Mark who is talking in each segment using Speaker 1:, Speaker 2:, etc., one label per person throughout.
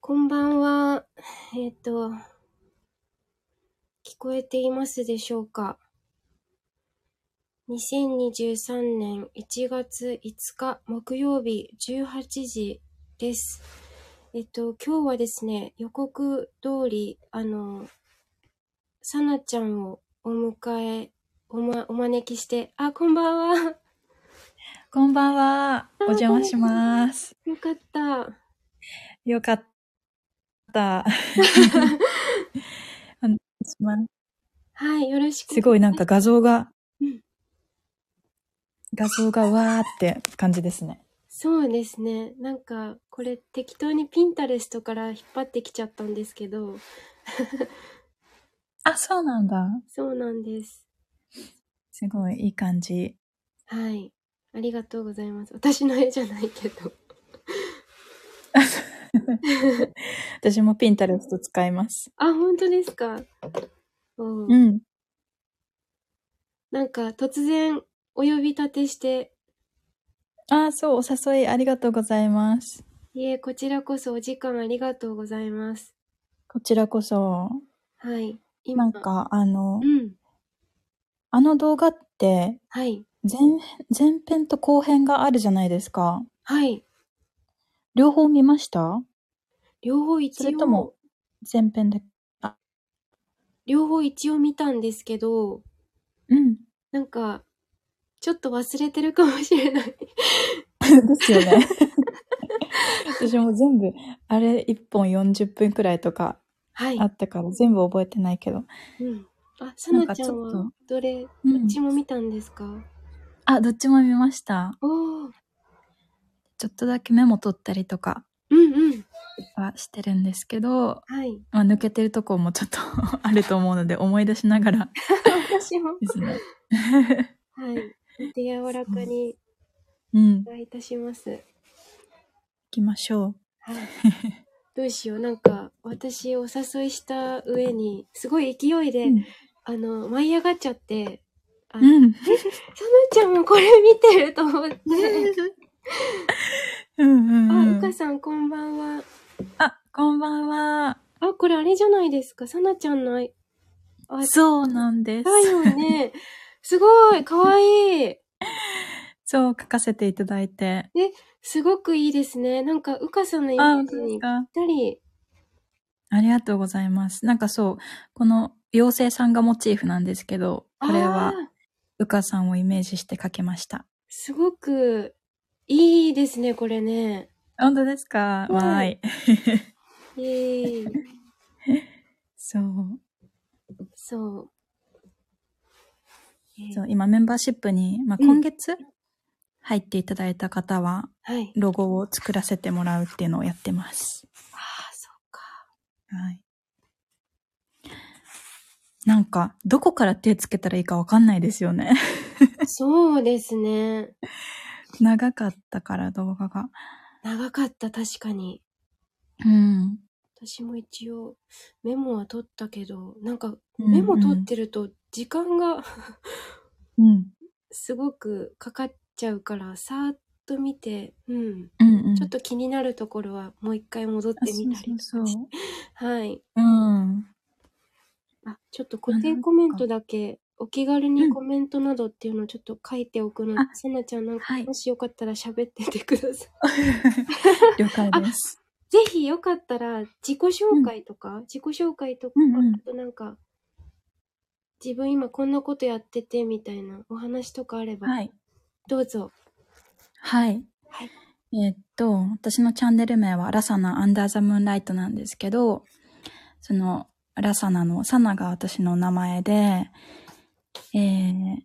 Speaker 1: こんばんは。えっ、と、聞こえていますでしょうか ?2023 年1月5日木曜日18時です。えっと、今日はですね、予告通り、あの、さなちゃんをお迎え、おま、お招きして、あ、こんばんは。
Speaker 2: こんばんは。お邪魔します。
Speaker 1: よかった。
Speaker 2: よか った。お願いします
Speaker 1: はい、よろしく。
Speaker 2: すごいなんか画像が
Speaker 1: うん、
Speaker 2: 画像がわーって感じですね。
Speaker 1: そうですね。なんか、これ適当にピンタレストから引っ張ってきちゃったんですけど、
Speaker 2: あ、そうなんだ。
Speaker 1: そうなんです。
Speaker 2: すごいいい感じ。
Speaker 1: はい。ありがとうございます。私の絵じゃないけど。
Speaker 2: 私もピンタレスト使います。
Speaker 1: あ、本当ですか。おう
Speaker 2: うん。
Speaker 1: なんか、突然、お呼び立てして、
Speaker 2: あ、そう、お誘いありがとうございます。
Speaker 1: いえ、こちらこそお時間ありがとうございます。
Speaker 2: こちらこそ、
Speaker 1: はい。今、
Speaker 2: なんかあの
Speaker 1: う、ん。
Speaker 2: あの動画って
Speaker 1: はい。
Speaker 2: 前、前編と後編があるじゃないですか。
Speaker 1: はい。
Speaker 2: 両方見ました
Speaker 1: 両方一応、
Speaker 2: それとも前編だけ。
Speaker 1: 両方一応見たんですけど、
Speaker 2: うん。
Speaker 1: なんか、ちょっと忘れてるかもしれない。
Speaker 2: ですよね。私も全部、あれ1本40分くらいとか
Speaker 1: はい
Speaker 2: あ。ったから全部覚えてないけど。
Speaker 1: うん。あ、さ
Speaker 2: なん
Speaker 1: な
Speaker 2: か
Speaker 1: ち
Speaker 2: ち
Speaker 1: ゃん
Speaker 2: ょっと
Speaker 1: は、どれ、ど
Speaker 2: うん
Speaker 1: っちも見たんですか
Speaker 2: あ、どっちも見ました。
Speaker 1: おー。
Speaker 2: ちょっとだけメモ取ったりとか
Speaker 1: うんうん。
Speaker 2: はしてるんですけど、
Speaker 1: はい。
Speaker 2: まあ、抜けてるとこもちょっと あると思うので思い出しながら
Speaker 1: 私も。
Speaker 2: ですね。
Speaker 1: はい。手柔らかに
Speaker 2: うん
Speaker 1: お。願いいたし ます。
Speaker 2: 行きましょう。
Speaker 1: はい。どうしよう。なんか、私お誘いした上に、すごい勢いで、
Speaker 2: うん。
Speaker 1: あの、舞い上がっちゃって、あの、さな
Speaker 2: うん。
Speaker 1: ちゃんもこれ見てると思って。
Speaker 2: うんう
Speaker 1: あ、うん
Speaker 2: う
Speaker 1: か
Speaker 2: ん。
Speaker 1: さんこんばんは。
Speaker 2: あ、こんばんは。
Speaker 1: あ、これあれじゃないですか。さなちゃんの愛、あ、
Speaker 2: そうなんです。
Speaker 1: だよね。すごい、かわいい。
Speaker 2: そう、書かせていただいて。
Speaker 1: すごくいいですね。なんか、うかさんのイメ
Speaker 2: あ、
Speaker 1: ージ
Speaker 2: 本当です
Speaker 1: にぴ
Speaker 2: か。
Speaker 1: ったり。
Speaker 2: ありがとうございます。なんかそう、この妖精さんがモチーフなんですけど、これは
Speaker 1: あー
Speaker 2: うかさんをイメージして描きました。
Speaker 1: すごくいいですね、これね。
Speaker 2: 本当ですか
Speaker 1: うん
Speaker 2: わーい。
Speaker 1: イエ ーイ。
Speaker 2: そう。
Speaker 1: そう。えー
Speaker 2: そう、今メンバーシップに、まあ、
Speaker 1: うん
Speaker 2: 今月入っていただいた方は、
Speaker 1: はい。
Speaker 2: ロゴを作らせてもらうっていうのをやってます。
Speaker 1: ああ、そうか。
Speaker 2: はい。なんか、どこから手つけたらいいかわかんないですよね。
Speaker 1: そうですね。
Speaker 2: 長かったから動画が。
Speaker 1: 長かった、確かに。
Speaker 2: うん。
Speaker 1: 私も一応、メモは取ったけど、なんか、
Speaker 2: うん
Speaker 1: メモ取ってると、時間が
Speaker 2: うん。
Speaker 1: すごくかかっちゃうから、さーっと見て、うん。
Speaker 2: うん、うん。
Speaker 1: ちょっと気になるところは、もう一回戻って
Speaker 2: あ、そ
Speaker 1: み
Speaker 2: う
Speaker 1: たりとか
Speaker 2: そうそう。
Speaker 1: はい。
Speaker 2: うん。
Speaker 1: あ、ちょっと固定コメントだけ、お気軽にコメントなどっていうのをちょっと書いておくので、
Speaker 2: あ
Speaker 1: せなちゃんなんか、
Speaker 2: はい
Speaker 1: もしよかったら喋っててくだ さい。
Speaker 2: 了解です。
Speaker 1: ぜひよかったら、自己紹介とか、自己紹介とか、
Speaker 2: うんうん
Speaker 1: あとなんか、自分今こんなことやっててみたいなお話とかあれば、
Speaker 2: はい。
Speaker 1: どうぞ。
Speaker 2: はい。
Speaker 1: はい
Speaker 2: えーっと、私のチャンネル名はラサナアンダーザムーンライトなんですけど、そのラサナのサナが私の名前で、えー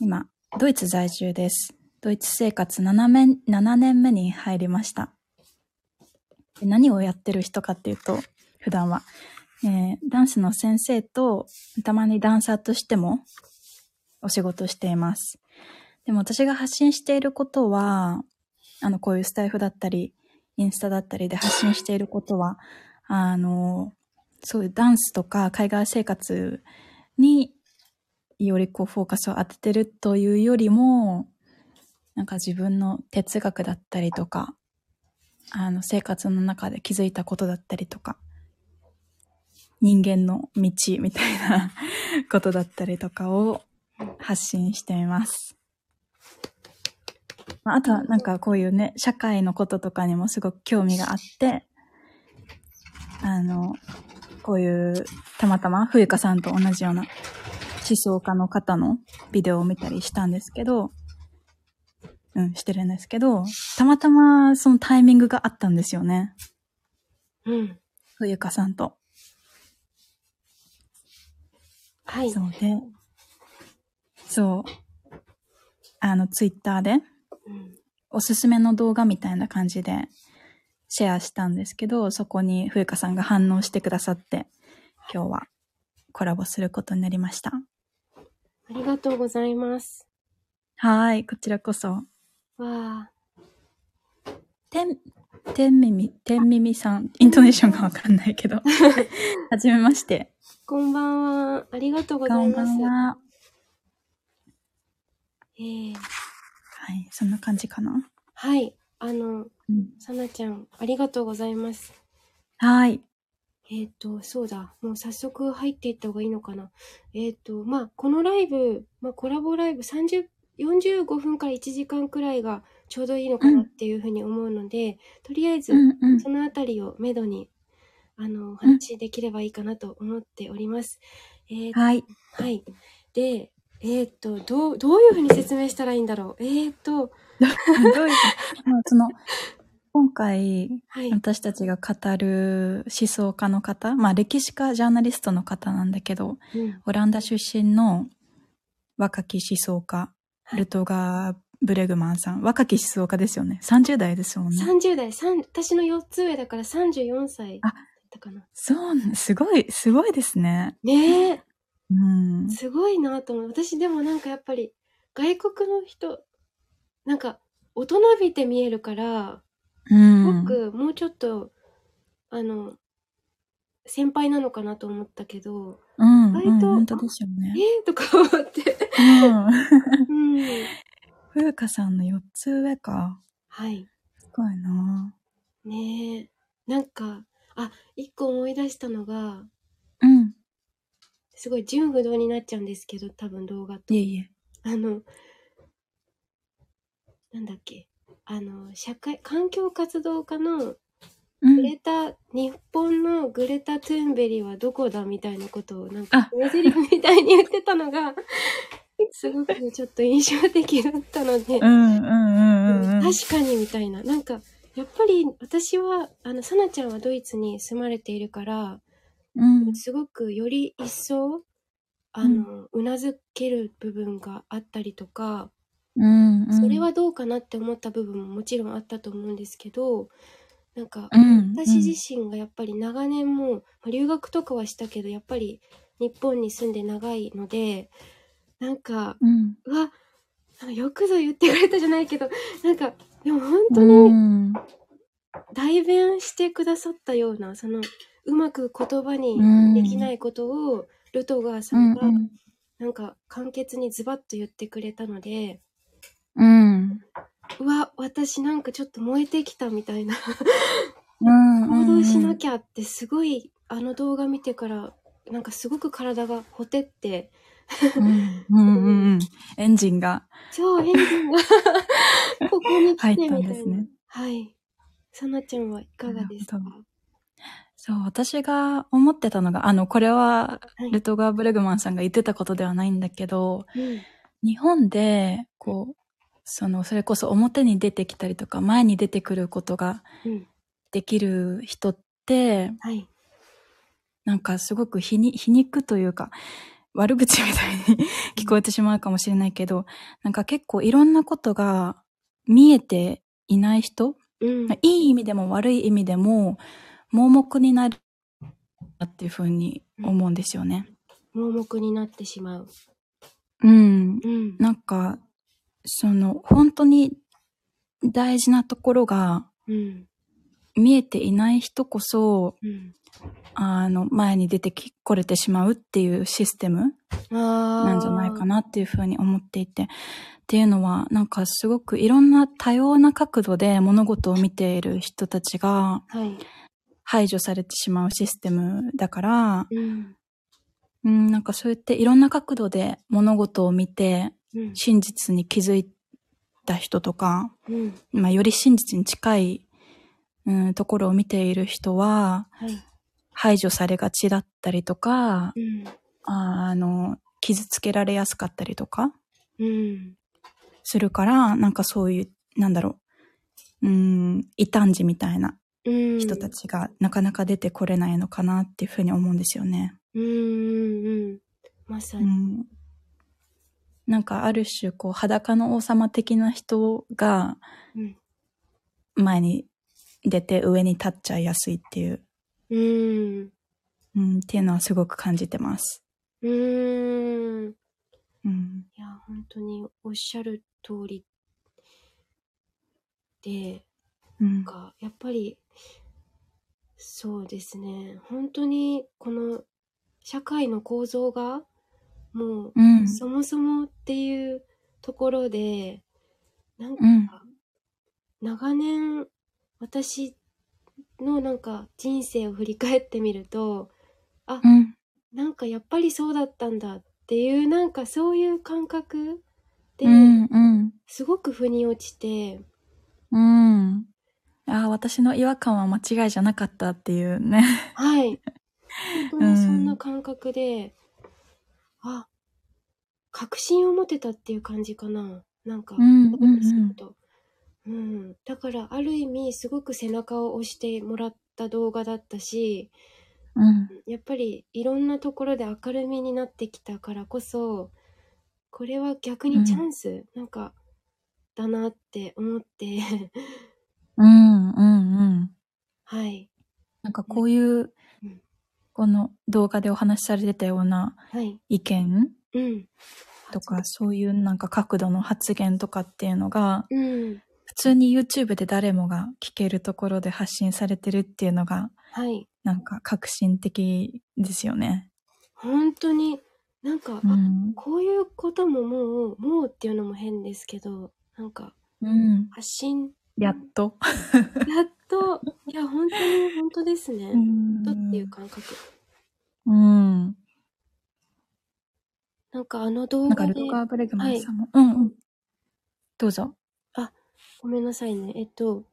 Speaker 2: 今、ドイツ在住です。ドイツ生活7年 ,7 年目に入りました。で何をやってる人かっていうと、普段は、えーダンスの先生と、たまにダンサーとしてもお仕事しています。でも私が発信していることは、あの、こういうスタイフだったり、インスタだったりで発信していることは、あの、そういうダンスとか海外生活によりこうフォーカスを当ててるというよりも、なんか自分の哲学だったりとか、あの、生活の中で気づいたことだったりとか、人間の道みたいなことだったりとかを発信しています。まああとはなんかこういうね、社会のこととかにもすごく興味があって、あの、こういう、たまたま冬香さんと同じような思想家の方のビデオを見たりしたんですけど、うん、してるんですけど、たまたまそのタイミングがあったんですよね。
Speaker 1: うん。
Speaker 2: 冬香さんと。
Speaker 1: はい。
Speaker 2: そうで、そう。あの、ツイッターで、
Speaker 1: うん
Speaker 2: おすすめの動画みたいな感じでシェアしたんですけど、そこに冬香さんが反応してくださって、今日はコラボすることになりました。
Speaker 1: ありがとうございます。
Speaker 2: はーい、こちらこそ。
Speaker 1: わあ。
Speaker 2: てん、てんみみ、てんみみさん、イントネーションがわかんない けど。はじめまして。
Speaker 1: こんばんは。ありがとうござ
Speaker 2: こ
Speaker 1: い
Speaker 2: ん
Speaker 1: ま
Speaker 2: ば
Speaker 1: す。
Speaker 2: んは。
Speaker 1: えー、
Speaker 2: はい、そんな感じかな。
Speaker 1: はい。あの、
Speaker 2: うん、
Speaker 1: さなちゃん、ありがとうございます。
Speaker 2: はーい。
Speaker 1: えっ、と、そうだ。もう早速入っていった方がいいのかな。えっ、と、まあ、このライブ、まあ、コラボライブ30、45分から1時間くらいがちょうどいいのかなっていうふうに思うので、とりあえず
Speaker 2: う、んうん
Speaker 1: そ。のあたりをめどに、あの、お話しできればいいかなと思っております。えー
Speaker 2: はい。
Speaker 1: はい。で、えっ、と、どう、どういうふうに説明したらいいんだろう。えっ、と、
Speaker 2: どういう、まあ、その、今回、
Speaker 1: はい。
Speaker 2: 私たちが語る思想家の方、まあ歴史家、ジャーナリストの方なんだけど、
Speaker 1: うん
Speaker 2: オランダ出身の若き思想家、
Speaker 1: はい
Speaker 2: ルトガー・ブレグマンさん。若き思想家ですよね。30代ですもんね。
Speaker 1: 30代、三私の4つ上だから34歳だ
Speaker 2: あ
Speaker 1: ったかな。
Speaker 2: そうね、すごい、すごいですね。
Speaker 1: ねえ。
Speaker 2: うん。
Speaker 1: すごいなと思う私でもなんかやっぱり外国の人なんか大人びて見えるから
Speaker 2: うん。
Speaker 1: 僕もうちょっと、あの先輩なのかなと思ったけど
Speaker 2: うん、うん、
Speaker 1: 意外と
Speaker 2: 本当ですよ
Speaker 1: え
Speaker 2: ね。
Speaker 1: ー、とか思って、
Speaker 2: うん。
Speaker 1: うん、
Speaker 2: 風花さんの4つ上か。
Speaker 1: はい
Speaker 2: すごいな
Speaker 1: ねえなんかあ一個思い出したのが
Speaker 2: うん。
Speaker 1: すごい純不動になっちゃうんですけど多分動画と
Speaker 2: いえいえ。
Speaker 1: あの、なんだっけ、あの、社会、環境活動家の
Speaker 2: う
Speaker 1: グ
Speaker 2: ん。
Speaker 1: レタ、日本のグレタ・トゥーンベリはどこだみたいなことを、なんか
Speaker 2: あ、
Speaker 1: 目リフみたいに言ってたのが、すごくちょっと印象的だったので、
Speaker 2: うん、うん、うん、うんうん。
Speaker 1: 確かにみたいな。なんか、やっぱり私は、あの、サナちゃんはドイツに住まれているから、
Speaker 2: うん。
Speaker 1: すごくより一層、あの、うなずける部分があったりとか、
Speaker 2: うん、うん。
Speaker 1: それはどうかなって思った部分ももちろんあったと思うんですけどなんか
Speaker 2: うん
Speaker 1: 私自身がやっぱり長年もう、まあ留学とかはしたけどやっぱり日本に住んで長いのでなんか
Speaker 2: うん。
Speaker 1: うわなんかよくぞ言ってくれたじゃないけどなんかでも本当
Speaker 2: う
Speaker 1: に
Speaker 2: ん
Speaker 1: 代弁してくださったようなそのうまく言葉にできないことをルトガーさ
Speaker 2: うんん
Speaker 1: がなんか簡潔にズバッと言ってくれたので。
Speaker 2: うん
Speaker 1: うわ私なんかちょっと燃えてきたみたいな
Speaker 2: うん
Speaker 1: 行動しな
Speaker 2: き
Speaker 1: きゃってすごいあの動画見てからなんかすごく体がほてって
Speaker 2: ゃ。うんうんうん。エンジンが
Speaker 1: 超エンジ ンがここに
Speaker 2: 入
Speaker 1: 来
Speaker 2: って
Speaker 1: み
Speaker 2: た
Speaker 1: たい
Speaker 2: ん
Speaker 1: な
Speaker 2: ですね。
Speaker 1: はいさなちゃんはいかがですか
Speaker 2: なるそう、私が思ってたのが、あの、これは
Speaker 1: はい、
Speaker 2: ルトガー・ブレグマンさんが言ってたことではないんだけど、
Speaker 1: うん
Speaker 2: 日本で、こう、その、それこそ表に出てきたりとか、前に出てくることが
Speaker 1: うん
Speaker 2: できる人って、
Speaker 1: はい
Speaker 2: なんかすごく皮に皮肉という か、悪口みたいに聞こえてしまうかもしれないけど、なんか結構いろんなことが見えていない人、
Speaker 1: うん
Speaker 2: いい意味でも悪い意味でも盲目になるなっていうふうに思うんですよね。
Speaker 1: 盲目になってしまう
Speaker 2: うん。
Speaker 1: うん
Speaker 2: なんか、その本当に大事なところが
Speaker 1: うん
Speaker 2: 見えていない人こそ、
Speaker 1: うん
Speaker 2: あの、前に出てき、これてしまうっていうシステム
Speaker 1: な
Speaker 2: なんじゃないかなっていうふうに思っていて。っていうのは、なんかすごくいろんな多様な角度で物事を見ている人たちが
Speaker 1: はい。
Speaker 2: 排除されてしまうシステムだから、
Speaker 1: うん。
Speaker 2: うん、なんかそうやっていろんな角度で物事を見て
Speaker 1: うん。
Speaker 2: 真実に気づいた人とか、
Speaker 1: うん。
Speaker 2: まあ、より真実に近い、うん、ところを見ている人は
Speaker 1: はい。
Speaker 2: 排除されがちだったりとか、
Speaker 1: うん。
Speaker 2: ああの、傷つけられやすかったりとか
Speaker 1: うん。
Speaker 2: するから、なんかそういう、なんだろう、うーん、異端児みたいな
Speaker 1: うん。
Speaker 2: 人た。ちがなかなか出てこれないのかなっていうふうに思うんですよね。
Speaker 1: うん。うん。うん。まさ
Speaker 2: う
Speaker 1: に。
Speaker 2: ん、なんかある種、こう、裸の王様的な人が
Speaker 1: うん。
Speaker 2: 前に出て上に立っちゃいやすいっていう、
Speaker 1: うん。
Speaker 2: うん、っていうのはすごく感じてます。
Speaker 1: うん。
Speaker 2: うん、
Speaker 1: いや、本当におっしゃる通りで、
Speaker 2: うん、
Speaker 1: かやっぱりそうですね本当にこの社会の構造がもう、
Speaker 2: うん、
Speaker 1: そもそもっていうところでなんか、
Speaker 2: うん
Speaker 1: 長年私のなんか人生を振り返ってみると
Speaker 2: うん、
Speaker 1: なんかやっぱりそうだったんだっていうなんかそういう感覚で、
Speaker 2: うん、うん。
Speaker 1: すごく腑に落ちて
Speaker 2: うん。ああ、私の違和感は間違いじゃなかったっていうね。
Speaker 1: はい。本当にそんな感覚で、あ、確信を持てたっていう感じかな。なんか、
Speaker 2: うんうんうん
Speaker 1: すると。うん。だから、ある意味、すごく背中を押してもらった動画だったし、
Speaker 2: うん。
Speaker 1: やっぱりいろんなところで明るみになってきたからこそ、これは逆にチャンス、なんか、だなって思って、
Speaker 2: うん、うん、うん。
Speaker 1: はい。
Speaker 2: なんかこうい
Speaker 1: う
Speaker 2: う
Speaker 1: ん、
Speaker 2: この動画でお話しされてたような
Speaker 1: はい。
Speaker 2: 意見
Speaker 1: うん。
Speaker 2: とか、そういうなんか角度の発言とかっていうのが、
Speaker 1: うん。
Speaker 2: 普通に YouTube で誰もが聞けるところで発信されてるっていうのが、
Speaker 1: はい。
Speaker 2: なんか革新的ですよね。
Speaker 1: 本当になんか、
Speaker 2: う
Speaker 1: あ
Speaker 2: ん。
Speaker 1: こういうことももうもうっていうのも変ですけどなんか
Speaker 2: うん。
Speaker 1: 発信
Speaker 2: やっと。
Speaker 1: やっといや本当に本当ですね、
Speaker 2: う
Speaker 1: や
Speaker 2: ん
Speaker 1: っとっていう感覚
Speaker 2: うん。
Speaker 1: なんかあの動
Speaker 2: なんか
Speaker 1: 画で
Speaker 2: ルトガー・ブレグマンさんも。うんうん。どうぞ。
Speaker 1: ごめんなさいねえっと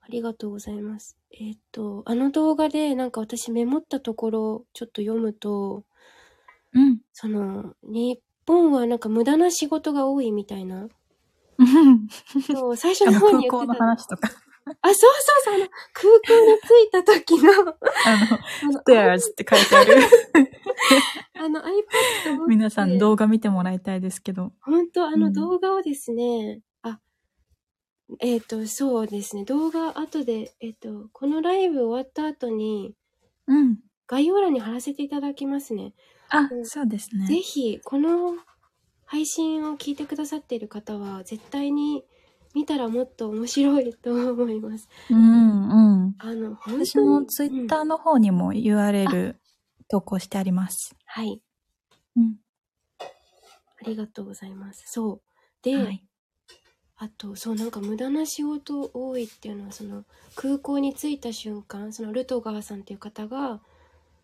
Speaker 1: ありがとうございますえっとあの動画でなんか私メモったところちょっと読むと
Speaker 2: うん。
Speaker 1: その日本はなんか無駄な仕事が多いみたいな そう最初
Speaker 2: あ
Speaker 1: の
Speaker 2: の
Speaker 1: 方に
Speaker 2: 空
Speaker 1: 言ってた
Speaker 2: 港の話 とか、
Speaker 1: あ、そうそうそう、あの、空港に着いた時の、
Speaker 2: あ
Speaker 1: あの
Speaker 2: の、stairs って書いて ある。
Speaker 1: あの iPad 持って
Speaker 2: 皆さん動画見てもらいたいですけど。
Speaker 1: 本当あ
Speaker 2: う
Speaker 1: の
Speaker 2: ん
Speaker 1: 動画をですね、あ、えっ、と、そうですね、動画後で、えっ、と、このライブ終わった後に、
Speaker 2: うん。
Speaker 1: 概要欄に貼らせていただきますね。
Speaker 2: あ
Speaker 1: う、ん
Speaker 2: そうです
Speaker 1: ぜ
Speaker 2: ね。
Speaker 1: ひ、この配信を聞いてくださっている方は、絶対に見たらもっと面白いと思います。
Speaker 2: うんうん。
Speaker 1: あの、本当に。
Speaker 2: 私もツイッタ
Speaker 1: う
Speaker 2: ー
Speaker 1: ん
Speaker 2: の方にも URL 投稿してあります。
Speaker 1: はい、
Speaker 2: うん。
Speaker 1: ありがとうございます。そう。で、
Speaker 2: はい。
Speaker 1: あとそうなんか無駄な仕事多いっていうのはその空港に着いた瞬間そのルトガーさんっていう方が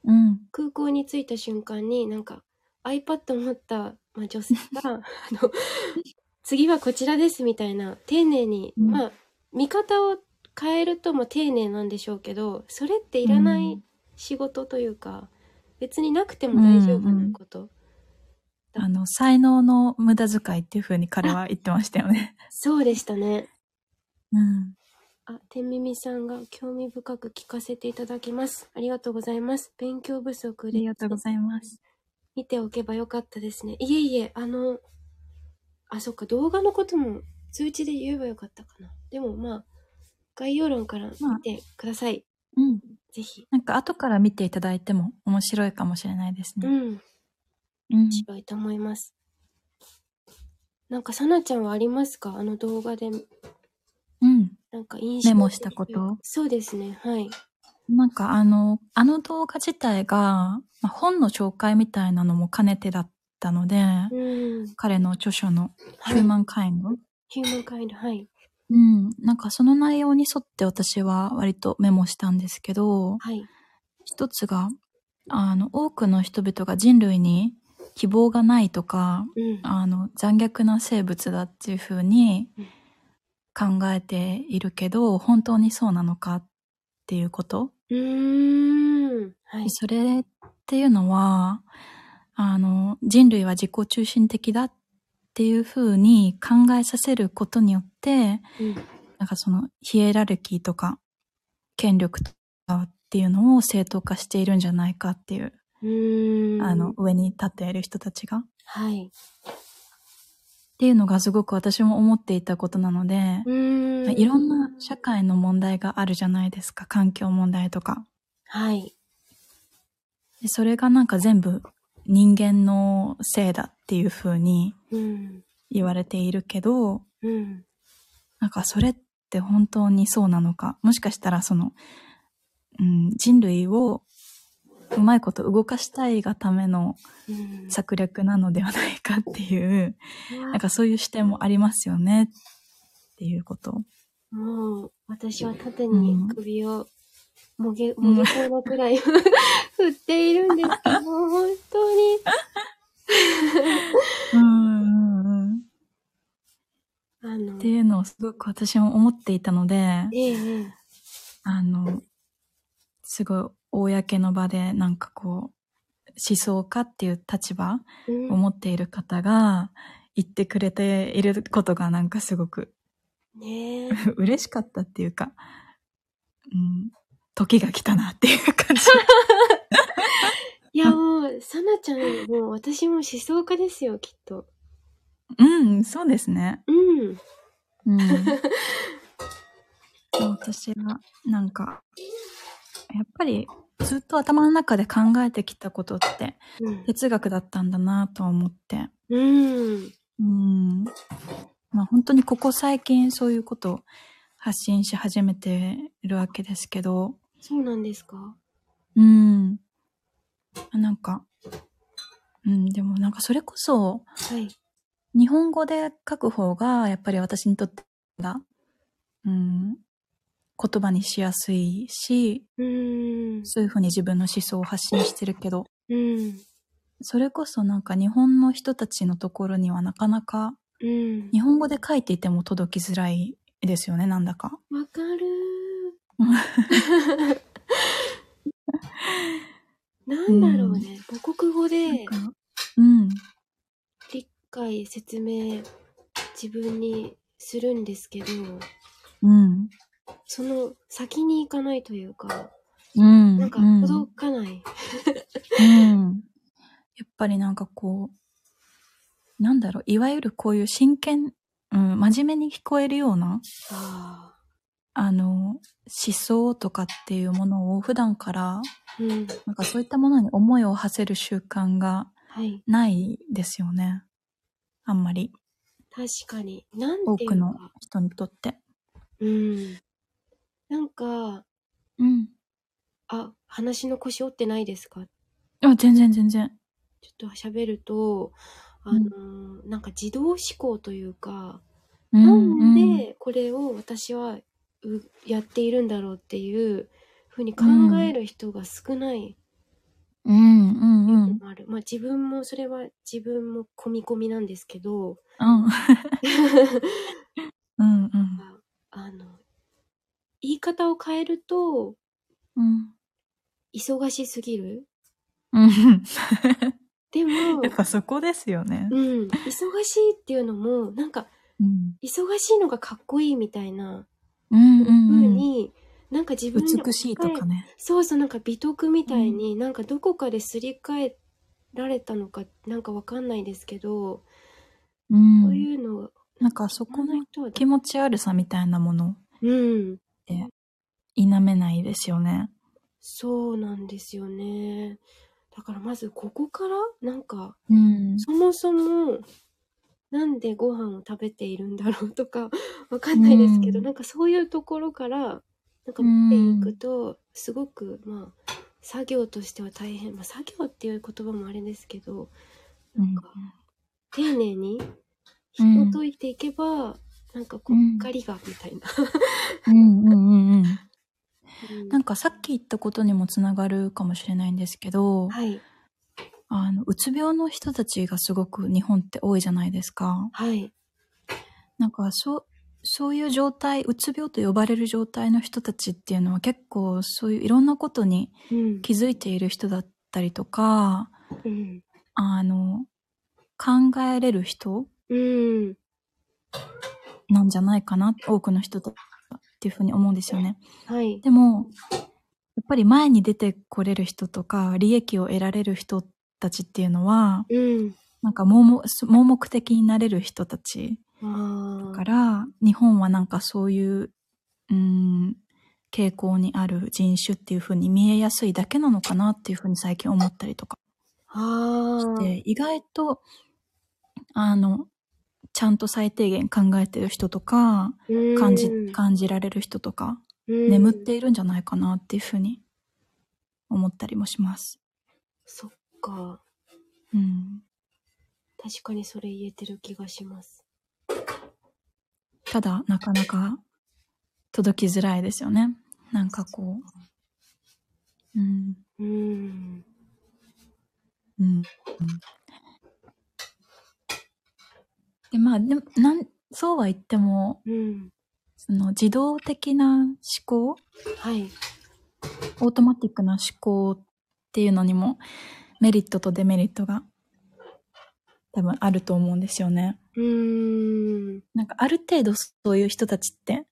Speaker 2: うん。
Speaker 1: 空港に着いた瞬間になんか iPad 持った、まあ、女性があ の次はこちらですみたいな丁寧に、
Speaker 2: うん
Speaker 1: まあ見方を変えるとも丁寧なんでしょうけどそれっていらな
Speaker 2: う
Speaker 1: い
Speaker 2: ん
Speaker 1: 仕事というか、別になくても大丈夫なこと、
Speaker 2: あの、才能の無駄遣いっていうふうに彼は言ってましたよ ね。
Speaker 1: そうでしたね。
Speaker 2: うん。
Speaker 1: あ、天耳さんが興味深く聞かせていただきます。ありがとうございます。勉強不足
Speaker 2: あ
Speaker 1: で
Speaker 2: りがとうございます。
Speaker 1: 見ておけばよかったですね。いえいえ、あの、あ、そっか、動画のことも通知で言えばよかったかな。でもまあ、概要欄から見
Speaker 2: まあ
Speaker 1: てください。
Speaker 2: うん。
Speaker 1: ぜひ。
Speaker 2: なんか後から見ていただいても面白いかもしれないです
Speaker 1: う
Speaker 2: ね。
Speaker 1: ん、
Speaker 2: うん
Speaker 1: 面白いと思います。なんか、さなちゃんはありますかあの動画で、
Speaker 2: うん。
Speaker 1: なんか印象
Speaker 2: メモした
Speaker 1: 的
Speaker 2: こと
Speaker 1: そうですね、はい。
Speaker 2: なんかあの、あの動画自体が、まあ、本の紹介みたいなのも兼ねてだったので、
Speaker 1: うん。
Speaker 2: 彼の著書の
Speaker 1: は
Speaker 2: ヒュー
Speaker 1: い。
Speaker 2: マンカインド。
Speaker 1: ヒューマンカインド、はい。
Speaker 2: うん。なんかその内容に沿って私は割とメモしたんですけど、
Speaker 1: はい。
Speaker 2: 一つが、あの、多くの人々が人類に希望がないとか、
Speaker 1: うん。
Speaker 2: あの、残虐な生物だっていうふうに
Speaker 1: うん
Speaker 2: 考えているけど、本当にそうなのかっていうこと。
Speaker 1: うーん。はい。
Speaker 2: それっていうのは、あの、人類は自己中心的だっていうふうに考えさせることによって、
Speaker 1: うん。
Speaker 2: なんかそのヒエラルキーとか権力とかっていうのを正当化しているんじゃないかっていう、
Speaker 1: うーん。
Speaker 2: あの、、上に立っている人たちが。っ
Speaker 1: はい。
Speaker 2: ていうのがすごく私も思っていたことなので、
Speaker 1: うー
Speaker 2: まあ
Speaker 1: ん。
Speaker 2: いろんな社会の問題があるじゃないですか。環境問題とか。
Speaker 1: はい。
Speaker 2: でそれがなんか全部人間のせいだっていう風に
Speaker 1: うん。
Speaker 2: 言われているけど、
Speaker 1: うん。
Speaker 2: なんかそれって本当にそうなのか。もしかしたらその、うん、人類をうまいこと動かしたいがための
Speaker 1: うん。
Speaker 2: 策略なのではないかっていう、なんかそういう視点もありますよねっていうこと。
Speaker 1: もう、私は縦
Speaker 2: う
Speaker 1: に
Speaker 2: ん
Speaker 1: 首をもげ、もげそうなくらい振っているんですけど、もう本当に。
Speaker 2: うんうんうん。
Speaker 1: あ
Speaker 2: っ
Speaker 1: の
Speaker 2: て、いうのをすごく私も思っていたので、
Speaker 1: ええええ
Speaker 2: あの、すごい公の場でなんかこう、思想家っていう立場
Speaker 1: うん
Speaker 2: を持っている方が言ってくれていることがなんかすごく
Speaker 1: ねえ。
Speaker 2: 嬉しかったっていうか、うん、時が来たなっていう感じ。
Speaker 1: いやもう、さなちゃんも私も思想家ですよ、きっと。
Speaker 2: うん、そうですね。
Speaker 1: うん。
Speaker 2: うん、私はなんか、やっぱりずっと頭の中で考えてきたことって
Speaker 1: うん。
Speaker 2: 哲学だったんだなと思って。
Speaker 1: うん。
Speaker 2: うん。まあ本当にここ最近そういうことを発信し始めているわけですけど、
Speaker 1: そうなんですか
Speaker 2: うん。あなんか、うん、でもなんかそれこそ
Speaker 1: はい。
Speaker 2: 日本語で書く方がやっぱり私にとってが、うん、言葉にしやすいし、
Speaker 1: うん。
Speaker 2: そういうふうに自分の思想を発信してるけど、
Speaker 1: うん。
Speaker 2: それこそなんか日本の人たちのところにはなかなか
Speaker 1: うん。
Speaker 2: 日本語で書いていても届きづらいですよね、なんだか。
Speaker 1: わかる
Speaker 2: うん
Speaker 1: ー。なんだろうね。母国語で
Speaker 2: なんかうん。
Speaker 1: 理解、説明、自分にするんですけど、
Speaker 2: うん。
Speaker 1: その先に行かないというか、
Speaker 2: うん。
Speaker 1: なんか
Speaker 2: うん
Speaker 1: 届かない。
Speaker 2: うん。やっぱりなんかこう、なんだろう、いわゆるこういう真剣、うん、真面目に聞こえるような、
Speaker 1: あ
Speaker 2: あの、思想とかっていうものを普段から、
Speaker 1: あ。うん。
Speaker 2: なんかそういったものに思いを馳せる習慣が
Speaker 1: はい。
Speaker 2: ないですよね。あんまり、
Speaker 1: 確かに。なん
Speaker 2: 多
Speaker 1: てい
Speaker 2: く
Speaker 1: う
Speaker 2: の
Speaker 1: か。
Speaker 2: 人にとって。
Speaker 1: うん。なんか、
Speaker 2: うん。
Speaker 1: あ、話の腰折ってないですか
Speaker 2: あ、全然全然。
Speaker 1: ちょっと喋ると、あ
Speaker 2: うん
Speaker 1: のーなんか自動思考というか、
Speaker 2: う
Speaker 1: なん
Speaker 2: うん
Speaker 1: でこれを私はうやっているんだろうっていうふうに考える人が少ない
Speaker 2: うんうんう
Speaker 1: の
Speaker 2: ん。
Speaker 1: もある。まあ自分もそれは自分も込み込みなんですけ ど、
Speaker 2: うん。うんうん。
Speaker 1: あの、言い方を変えると、
Speaker 2: うん。
Speaker 1: 忙しすぎる。
Speaker 2: うん。
Speaker 1: でも
Speaker 2: や、っぱそこですよね。
Speaker 1: うん、忙しいっていうのも、なんか、
Speaker 2: うん。
Speaker 1: 忙しいのがかっこいいみたいな
Speaker 2: うんう
Speaker 1: 風
Speaker 2: んうん。
Speaker 1: に、なんか自分に
Speaker 2: 美しいとかね。
Speaker 1: そうそうなんか美徳みたいに、なんかどこかですり替えられたのかなんかわかんないですけど、
Speaker 2: う。
Speaker 1: こうんいうのを
Speaker 2: なんかそこの
Speaker 1: 人は
Speaker 2: 気持ち悪さみたいなもの、
Speaker 1: うん
Speaker 2: 否めないですよね。
Speaker 1: そうなんですよねだからまずここからなんか
Speaker 2: うん。
Speaker 1: そもそもなんでご飯を食べているんだろうとか わかんないですけど、
Speaker 2: うん
Speaker 1: なんかそういうところからなんか持っていくとすごくまあ作業としては大変、まあ、作業っていう言葉もあれですけどなんか丁寧にひも解いていけば、なんかこ
Speaker 2: う
Speaker 1: うん光がみたいな、
Speaker 2: うんうんうんうん。
Speaker 1: うん
Speaker 2: なんかさっき言ったことにもつながるかもしれないんですけど、
Speaker 1: はい
Speaker 2: あの、うつ病の人たちがすごく日本って多いじゃないですか。
Speaker 1: はい
Speaker 2: なんかそう、そういう状態、うつ病と呼ばれる状態の人たちっていうのは結構そういういろんなことに
Speaker 1: うん
Speaker 2: 気づいている人だったりとか、
Speaker 1: うん
Speaker 2: あの、考えれる人
Speaker 1: うん
Speaker 2: なんじゃないかな、多くの人だっていうふうに思うんですよね。
Speaker 1: はい
Speaker 2: でも、やっぱり前に出てこれる人とか、利益を得られる人たちっていうのは、
Speaker 1: うん
Speaker 2: なんか盲目盲目的になれる人たち
Speaker 1: あ
Speaker 2: か
Speaker 1: あ
Speaker 2: ら、日本はなんかそういう、うん、傾向にある人種っていう風に見えやすいだけなのかなっていう風に最近思ったりとか
Speaker 1: あ
Speaker 2: して、意外と、あの、ちゃんと最低限考えてる人とか、
Speaker 1: ー
Speaker 2: 感じ
Speaker 1: うん、
Speaker 2: 感じられる人とか、
Speaker 1: うん
Speaker 2: 眠っているんじゃないかなっていう風に思ったりもします。
Speaker 1: そっか
Speaker 2: うん。
Speaker 1: 確かにそれ言えてる気がします
Speaker 2: ただ、なかなか届きづらいですよね。なんかこう。うん。
Speaker 1: うん
Speaker 2: うん。で、まあ、でも、なん、そうは言っても、
Speaker 1: うん
Speaker 2: その自動的な思考、
Speaker 1: はい
Speaker 2: オートマティックな思考っていうのにもメリットとデメリットが多分あると思うんですよね。
Speaker 1: うーん
Speaker 2: なんかある程度そういう人たちって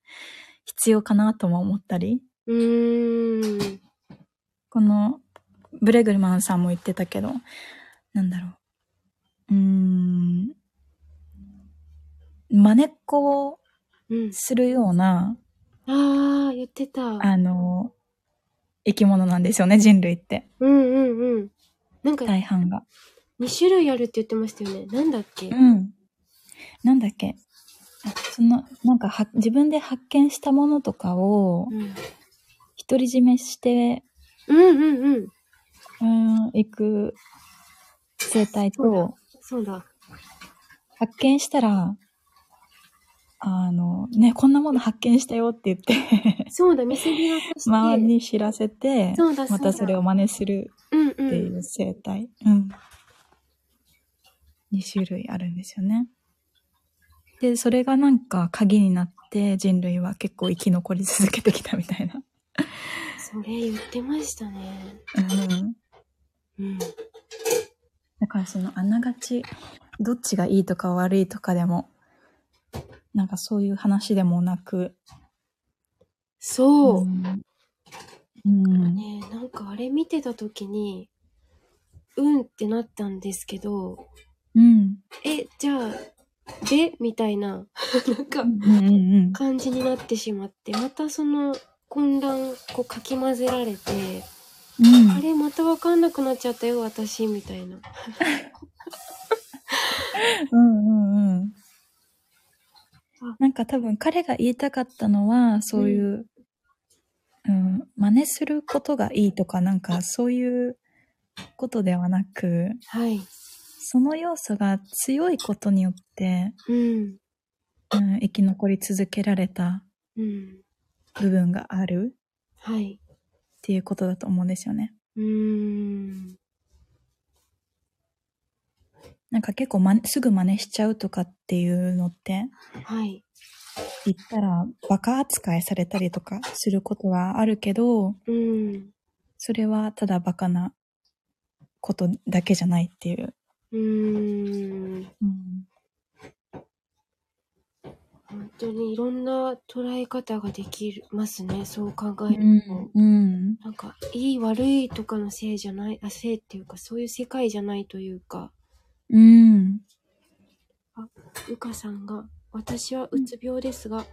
Speaker 2: 必要かなとも思ったり、
Speaker 1: うーん
Speaker 2: このブレグルマンさんも言ってたけど、なんだろう。うーん。真似っこを
Speaker 1: うん
Speaker 2: するような、
Speaker 1: ああ言ってた
Speaker 2: あの、生き物なんですよね、人類って。
Speaker 1: うんうんうんなんか
Speaker 2: 大半が。
Speaker 1: 2種類あるって言ってましたよねなんだっけ
Speaker 2: うん。なんだっけ。あその、なんかは、自分で発見したものとかを
Speaker 1: う、ん
Speaker 2: 独り占めして
Speaker 1: うんうんうん
Speaker 2: うん、行く生態と、
Speaker 1: そうだ
Speaker 2: 発見したら、あの、ね、こんなもの発見したよって言って、
Speaker 1: そうだ見せびらかして
Speaker 2: 周りに知らせて、
Speaker 1: そうだそうだ
Speaker 2: またそれを真似する
Speaker 1: うんう
Speaker 2: って
Speaker 1: ん
Speaker 2: いう生態。うん。2種類あるんですよね。で、それがなんか鍵になって人類は結構生き残り続けてきたみたいな。
Speaker 1: それ言ってましたね
Speaker 2: うん。
Speaker 1: うん
Speaker 2: だからそのあながちどっちがいいとか悪いとかでもなんかそういう話でもなく
Speaker 1: そう、
Speaker 2: んうん
Speaker 1: ねえなんかあれ見てた時にうんってなったんですけど
Speaker 2: うん
Speaker 1: えじゃあでみたいな なんか
Speaker 2: うんうん
Speaker 1: 感じになってしまってまたその混乱こうかき混ぜられて、
Speaker 2: うん
Speaker 1: あれまたわかんなくなっちゃったよ私みたいな
Speaker 2: うんうんうん
Speaker 1: あ
Speaker 2: なんか多分彼が言いたかったのはそういう、うん真似することがいいとかなんかそういうことではなく
Speaker 1: はい
Speaker 2: その要素が強いことによって、
Speaker 1: うん
Speaker 2: うん、生き残り続けられた
Speaker 1: うん
Speaker 2: 部分がある
Speaker 1: はい
Speaker 2: っていうことだと思うんですよね。
Speaker 1: うーん
Speaker 2: なんか結構、ま、すぐ真似しちゃうとかっていうのって
Speaker 1: はい
Speaker 2: 言ったらバカ扱いされたりとかすることはあるけど
Speaker 1: うん
Speaker 2: それはただバカなことだけじゃないっていう。
Speaker 1: うーん
Speaker 2: うん、
Speaker 1: 本当にいろんな捉え方ができますねそう考えると。
Speaker 2: うん、
Speaker 1: なんか、いい悪いとかのせいじゃない、あ、せいっていうか、そういう世界じゃないというか、
Speaker 2: うん、
Speaker 1: うかさんが、私はうつ病ですが、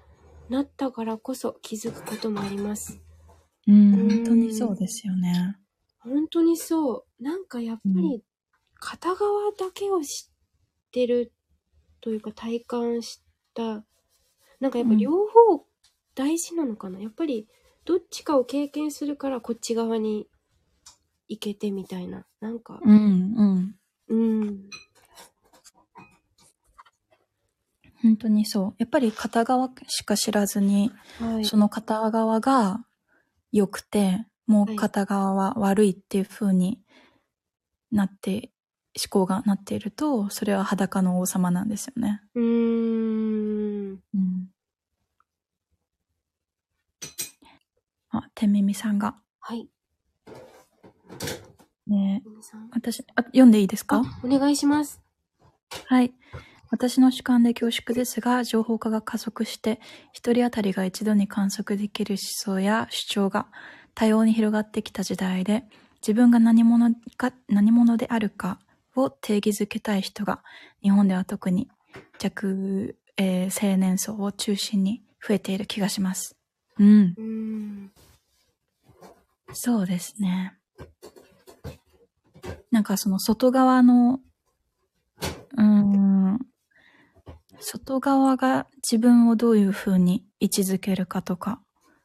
Speaker 1: なったからこそ気づくこともあります。
Speaker 2: うん、本当にそうですよね。
Speaker 1: 本当にそう。なんかやっぱ
Speaker 2: う
Speaker 1: り、片側だけを知ってるというか、体感した、なんかやっぱ両方大事なのかな。やっぱり、どっちかを経験するからこっち側に行けてみたいな。なんか、
Speaker 2: うん、うん。
Speaker 1: うん。
Speaker 2: 本当にそう。やっぱり片側しか知らずに、
Speaker 1: はい。
Speaker 2: その片側が良くて、もう片側は悪いっていう風になって、思考がなっていると、それは裸の王様なんですよね。
Speaker 1: うーん。
Speaker 2: うん。あ、天耳さんが。
Speaker 1: はい。
Speaker 2: ね
Speaker 1: 皆さん
Speaker 2: 私、あ、読んでいいですか
Speaker 1: あ、お願いします。
Speaker 2: はい。私の主観で恐縮ですが、情報化が加速して、一人当たりが一度に観測できる思想や主張が多様に広がってきた時代で、自分が何者か、何者であるかを定義づけたい人が、日本では特に弱、えー青年層を中心に増えている気がします。うん。
Speaker 1: うーん。
Speaker 2: そうですね。なんかその外側の、うーん、外側が自分をどういう風に位置づけるかとか、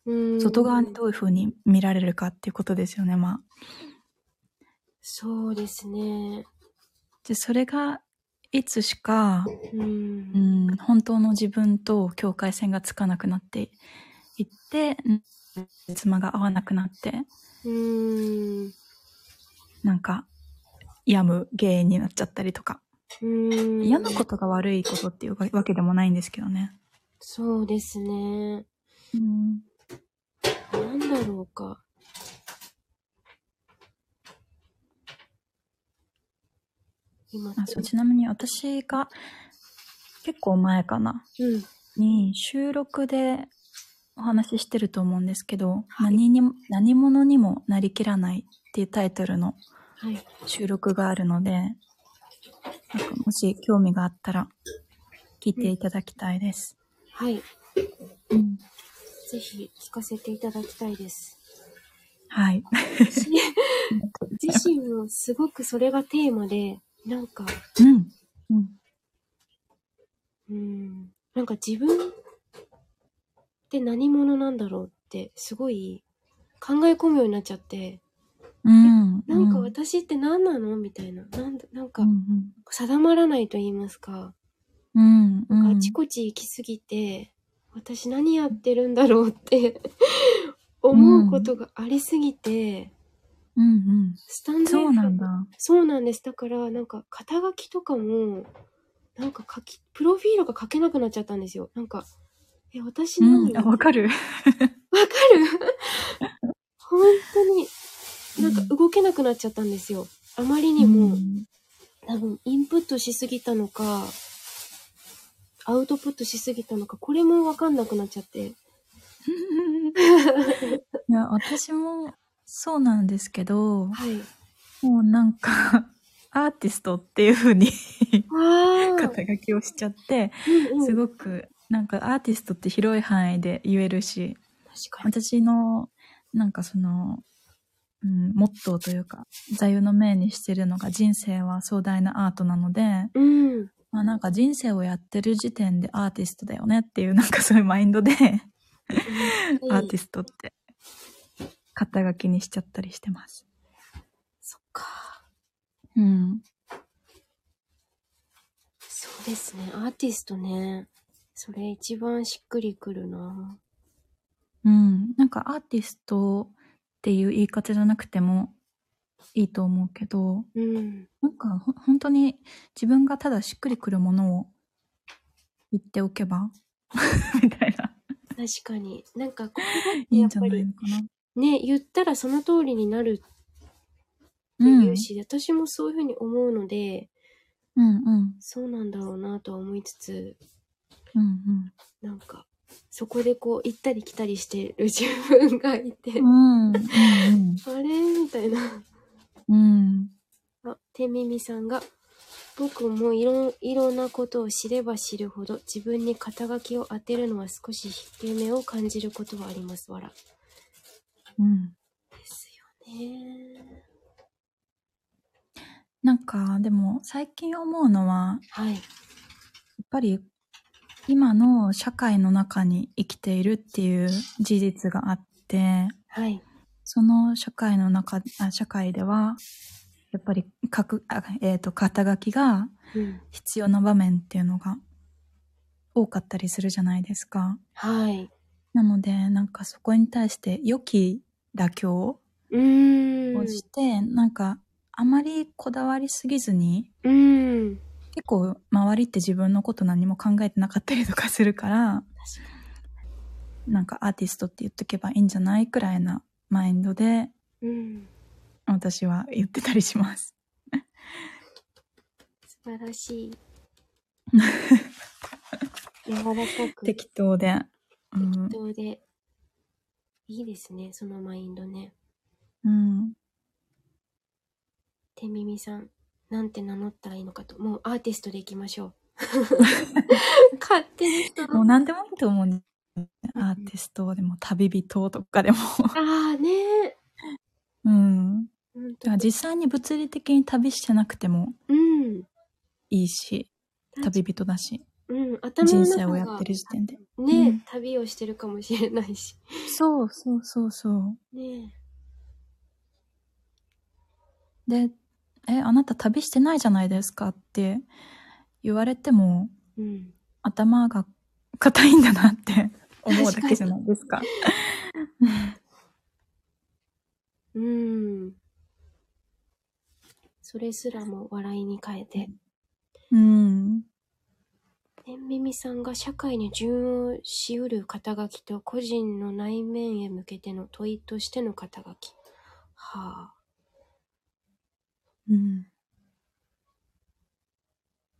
Speaker 1: うーん
Speaker 2: 外側にどういう風に見られるかっていうことですよね、まあ。
Speaker 1: そうですね。
Speaker 2: で、それが、いつしか、
Speaker 1: う。
Speaker 2: うんん、本当の自分と境界線がつかなくなっていって、うん妻が合わなくなって、
Speaker 1: うーん。
Speaker 2: なんか、病む原因になっちゃったりとか。
Speaker 1: うーん。
Speaker 2: 嫌なことが悪いことっていうわけでもないんですけどね。
Speaker 1: そうですね。
Speaker 2: うん。
Speaker 1: なんだろうか。今
Speaker 2: あそうちなみに私が結構前かな
Speaker 1: うん。
Speaker 2: に収録でお話ししてると思うんですけど、何にも何者にもなりきらないっていうタイトルの
Speaker 1: はい。
Speaker 2: 収録があるので、なんかもし興味があったら聞いていただきたいです。
Speaker 1: はい。
Speaker 2: うん、
Speaker 1: ぜひ聞かせていただきたい です。
Speaker 2: はい。
Speaker 1: 私自身もすごくそれがテーマで、なんか、
Speaker 2: うん。うん。
Speaker 1: うん、なんか自分って何者なんだろうって、すごい考え込むようになっちゃって、
Speaker 2: うん。
Speaker 1: なんか私って何なのみたいな。なんだなん
Speaker 2: う
Speaker 1: か
Speaker 2: ん、
Speaker 1: 定まらないと言いますか。
Speaker 2: うん。うん。
Speaker 1: あちこち行きすぎて、私何やってるんだろうって 思うことがありすぎて、
Speaker 2: うんうん。
Speaker 1: スタンド
Speaker 2: そうなん
Speaker 1: FM
Speaker 2: だ。
Speaker 1: そうなんです。だから、なんか、肩書きとかも、なんか書き、プロフィールが書けなくなっちゃったんですよ。なんか、え、私
Speaker 2: う
Speaker 1: 何
Speaker 2: ん、あわか
Speaker 1: わ
Speaker 2: る。
Speaker 1: かる 本当に、なんか動けなくなっちゃったんですよ。あまりに も、多分、インプットしすぎたのか、アウトプットしすぎたのか、これもわかんなくなっちゃって。
Speaker 2: いや、私もそうなんですけど、
Speaker 1: はい。
Speaker 2: もうなんか、 アーティストっていう風に
Speaker 1: ああ、
Speaker 2: 肩書きをしちゃって、
Speaker 1: うんうん、
Speaker 2: す
Speaker 1: 確
Speaker 2: ごく、なんかアーティストって広い範囲で言えるし、
Speaker 1: かに。
Speaker 2: 私の、なんかその、うん、モットーというか、座右の銘にしてるのが人生は壮大なアートなので、
Speaker 1: うん。
Speaker 2: まあなんか人生をやってる時点でアーティストだよねっていうなんかそういうマインドで アーティ
Speaker 1: スト。
Speaker 2: ストって肩書きにしちゃったりしてます。
Speaker 1: そっか。
Speaker 2: うん。
Speaker 1: そうですね。アーティストね。それ一番しっくりくるな。
Speaker 2: うん。なんかアーティストっていう言い方じゃなくてもいいと思うけど、
Speaker 1: うん。
Speaker 2: なんかほ本当に自分がただしっくりくるものを言っておけば みたいな。
Speaker 1: 確かに。なんか言葉って
Speaker 2: いい
Speaker 1: や
Speaker 2: ん
Speaker 1: っ
Speaker 2: じゃ
Speaker 1: ぱ
Speaker 2: ない
Speaker 1: り
Speaker 2: のかな。
Speaker 1: ね、言ったらその通りになるっ
Speaker 2: う
Speaker 1: てい
Speaker 2: ん。
Speaker 1: うし、私もそういうふうに思うので、
Speaker 2: うんうん。
Speaker 1: そうなんだろうなとは思いつつ、
Speaker 2: うんうん。
Speaker 1: なんか、そこでこう行ったり来たりしてる自分がいて、
Speaker 2: うん。うん
Speaker 1: あれみたいな。
Speaker 2: うん。
Speaker 1: あ、てみみさんが、僕もいろん、いろんなことを知れば知るほど自分に肩書きを当てるのは少し引け目を感じることはあります。わら。で
Speaker 2: うん。
Speaker 1: すよね。
Speaker 2: なんかでも最近思うのは
Speaker 1: はい。
Speaker 2: やっぱり今の社会の中に生きているっていう事実があって、
Speaker 1: はい。
Speaker 2: その社会の中、あ社会では、やっぱり書く、あえっ、と、肩書きが
Speaker 1: うん。
Speaker 2: 必要な場面っていうのが多かったりするじゃないですか。
Speaker 1: はい。
Speaker 2: なので、なんかそこに対して良き妥協
Speaker 1: うー
Speaker 2: を
Speaker 1: ん。
Speaker 2: して、なんかあまりこだわりすぎずに、
Speaker 1: うん。
Speaker 2: 結構周りって自分のこと何も考えてなかったりとかするから、なんかアーティストって言っとけばいいんじゃないくらいなマインドで
Speaker 1: うん。
Speaker 2: 私は言ってたりします。
Speaker 1: 素晴らし い。柔らかく適
Speaker 2: 適当で。うん。
Speaker 1: 当で。いいですね、そのマインドね。
Speaker 2: うん。
Speaker 1: てみみさん、なんて名乗ったらいいのかと。もうアーティストでいきま しょう。勝手に人
Speaker 2: も
Speaker 1: の
Speaker 2: う何でもいいと思うんだよねアーティストでも旅人とかでも。
Speaker 1: ああねえ。
Speaker 2: うん。
Speaker 1: ほん
Speaker 2: だから実際に物理的に旅してなくても
Speaker 1: うん。
Speaker 2: いいし、旅人だし、
Speaker 1: うん、頭の
Speaker 2: 人
Speaker 1: 中
Speaker 2: 生
Speaker 1: が
Speaker 2: をやってる時点で。
Speaker 1: ねえ、
Speaker 2: うん
Speaker 1: 旅をしてるかもしれないし。
Speaker 2: そうそうそうそう。
Speaker 1: ね
Speaker 2: で、え、あなた旅してないじゃないですかって言われても、
Speaker 1: え。うん。
Speaker 2: 頭が硬いんだなって思うだけじゃないですか。
Speaker 1: うん。それすらも笑いに変えて。
Speaker 2: うん。
Speaker 1: 天耳さんが社会に順応しうる肩書きと個人の内面へ向けての問いとしての肩書き。は
Speaker 2: うん。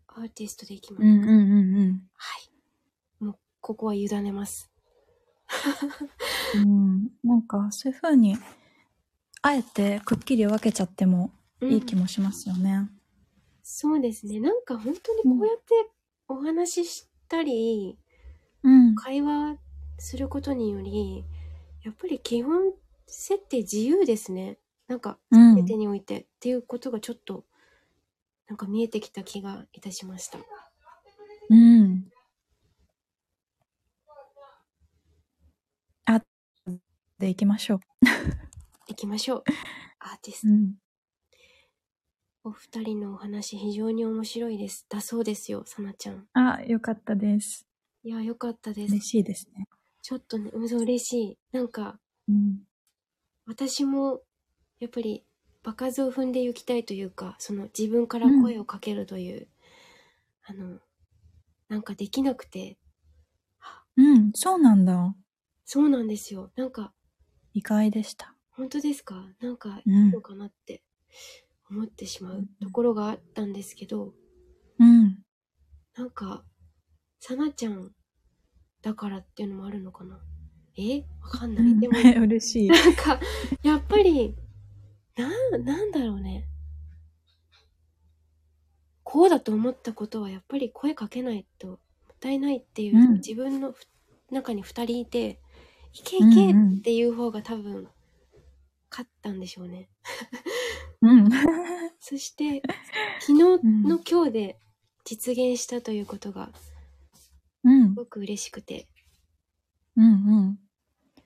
Speaker 1: あ、アーティストでいきます。
Speaker 2: うんうんうんうん。
Speaker 1: はい。もう、ここは委ねます。
Speaker 2: うん、なんかそういうふうにあえてくっきり分けちゃってもいい気
Speaker 1: うん
Speaker 2: もしますよね。
Speaker 1: そうですね。なんか本当にこうやってお話ししたり、
Speaker 2: うん、
Speaker 1: 会話することによりやっぱり基本設定自由ですねなんか
Speaker 2: うん
Speaker 1: 全てにおいて、っていうことがちょっとなんか見えてきた気がいたしました
Speaker 2: うん。あでいきましょう。
Speaker 1: いきましょうアーティスト
Speaker 2: うん、
Speaker 1: お二人のお話非常に面白いですだそうですよさなちゃん
Speaker 2: あよかったです。
Speaker 1: いやよかったです
Speaker 2: 嬉しいですね。
Speaker 1: ちょっとねうんそう嬉しいなんか
Speaker 2: うん、
Speaker 1: 私もやっぱり場数を踏んでいきたいというかその自分から声をかけるという、あのなんかできなくて
Speaker 2: うん、そうなんだ。
Speaker 1: そうなんですよなんか
Speaker 2: 意外でした。
Speaker 1: 本当ですかなんか
Speaker 2: う
Speaker 1: い
Speaker 2: ん
Speaker 1: いのかなって思ってしまうところがあったんですけど
Speaker 2: うん。
Speaker 1: なんかさなちゃんだからっていうのもあるのかなえわかんない、でも
Speaker 2: 嬉しい。
Speaker 1: なんかやっぱりなんなんだろうねこうだと思ったことはやっぱり声かけないともったいないっていう、
Speaker 2: うん
Speaker 1: 自分のふ中に2人いていけい
Speaker 2: うん
Speaker 1: け
Speaker 2: うん
Speaker 1: っていう方が多分勝ったんでしょうね。
Speaker 2: うん。
Speaker 1: そ して、昨日
Speaker 2: うん
Speaker 1: の今日で実現したということが、
Speaker 2: うん
Speaker 1: す。ごく嬉しくて。
Speaker 2: うん。
Speaker 1: うん。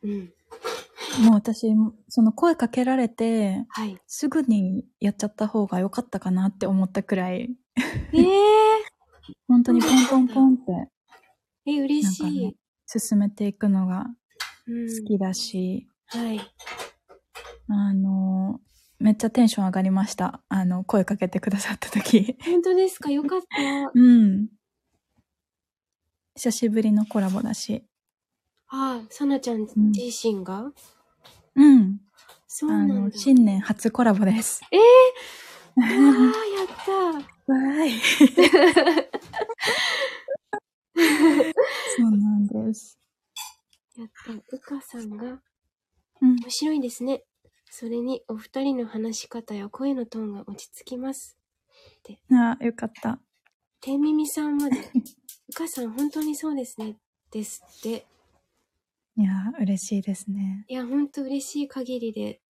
Speaker 2: うん。もう私、その声かけられて、
Speaker 1: はい。
Speaker 2: すぐにやっちゃった方が良かったかなって思ったくらい、
Speaker 1: え
Speaker 2: 本当にポンポンポンって
Speaker 1: ええ、嬉しい。
Speaker 2: なん進めていくのが
Speaker 1: うん
Speaker 2: 好。きだし、
Speaker 1: はい。
Speaker 2: あの、めっちゃテンション上がりました。あの、声かけてくださった時。
Speaker 1: 本当ですかよかった。
Speaker 2: うん。久しぶりのコラボだし。
Speaker 1: ああ、さなちゃん
Speaker 2: ん
Speaker 1: 自身が、
Speaker 2: うん。
Speaker 1: そう
Speaker 2: あ
Speaker 1: なん
Speaker 2: の、
Speaker 1: だ。
Speaker 2: 新年初コラボです。
Speaker 1: ええ
Speaker 2: わ
Speaker 1: ああ、やっ
Speaker 2: ーい。 そうなんです。
Speaker 1: た。やった。うかさんが、
Speaker 2: うん。
Speaker 1: 面白いですね。それに、お二人の話し方や声のトーンが落ち着きます。
Speaker 2: あ、よかった。
Speaker 1: てみみさんまで、 うかさん本当にそうですね。ですって。
Speaker 2: いやー、嬉しいですね。
Speaker 1: いや、ほんと嬉しい限りで。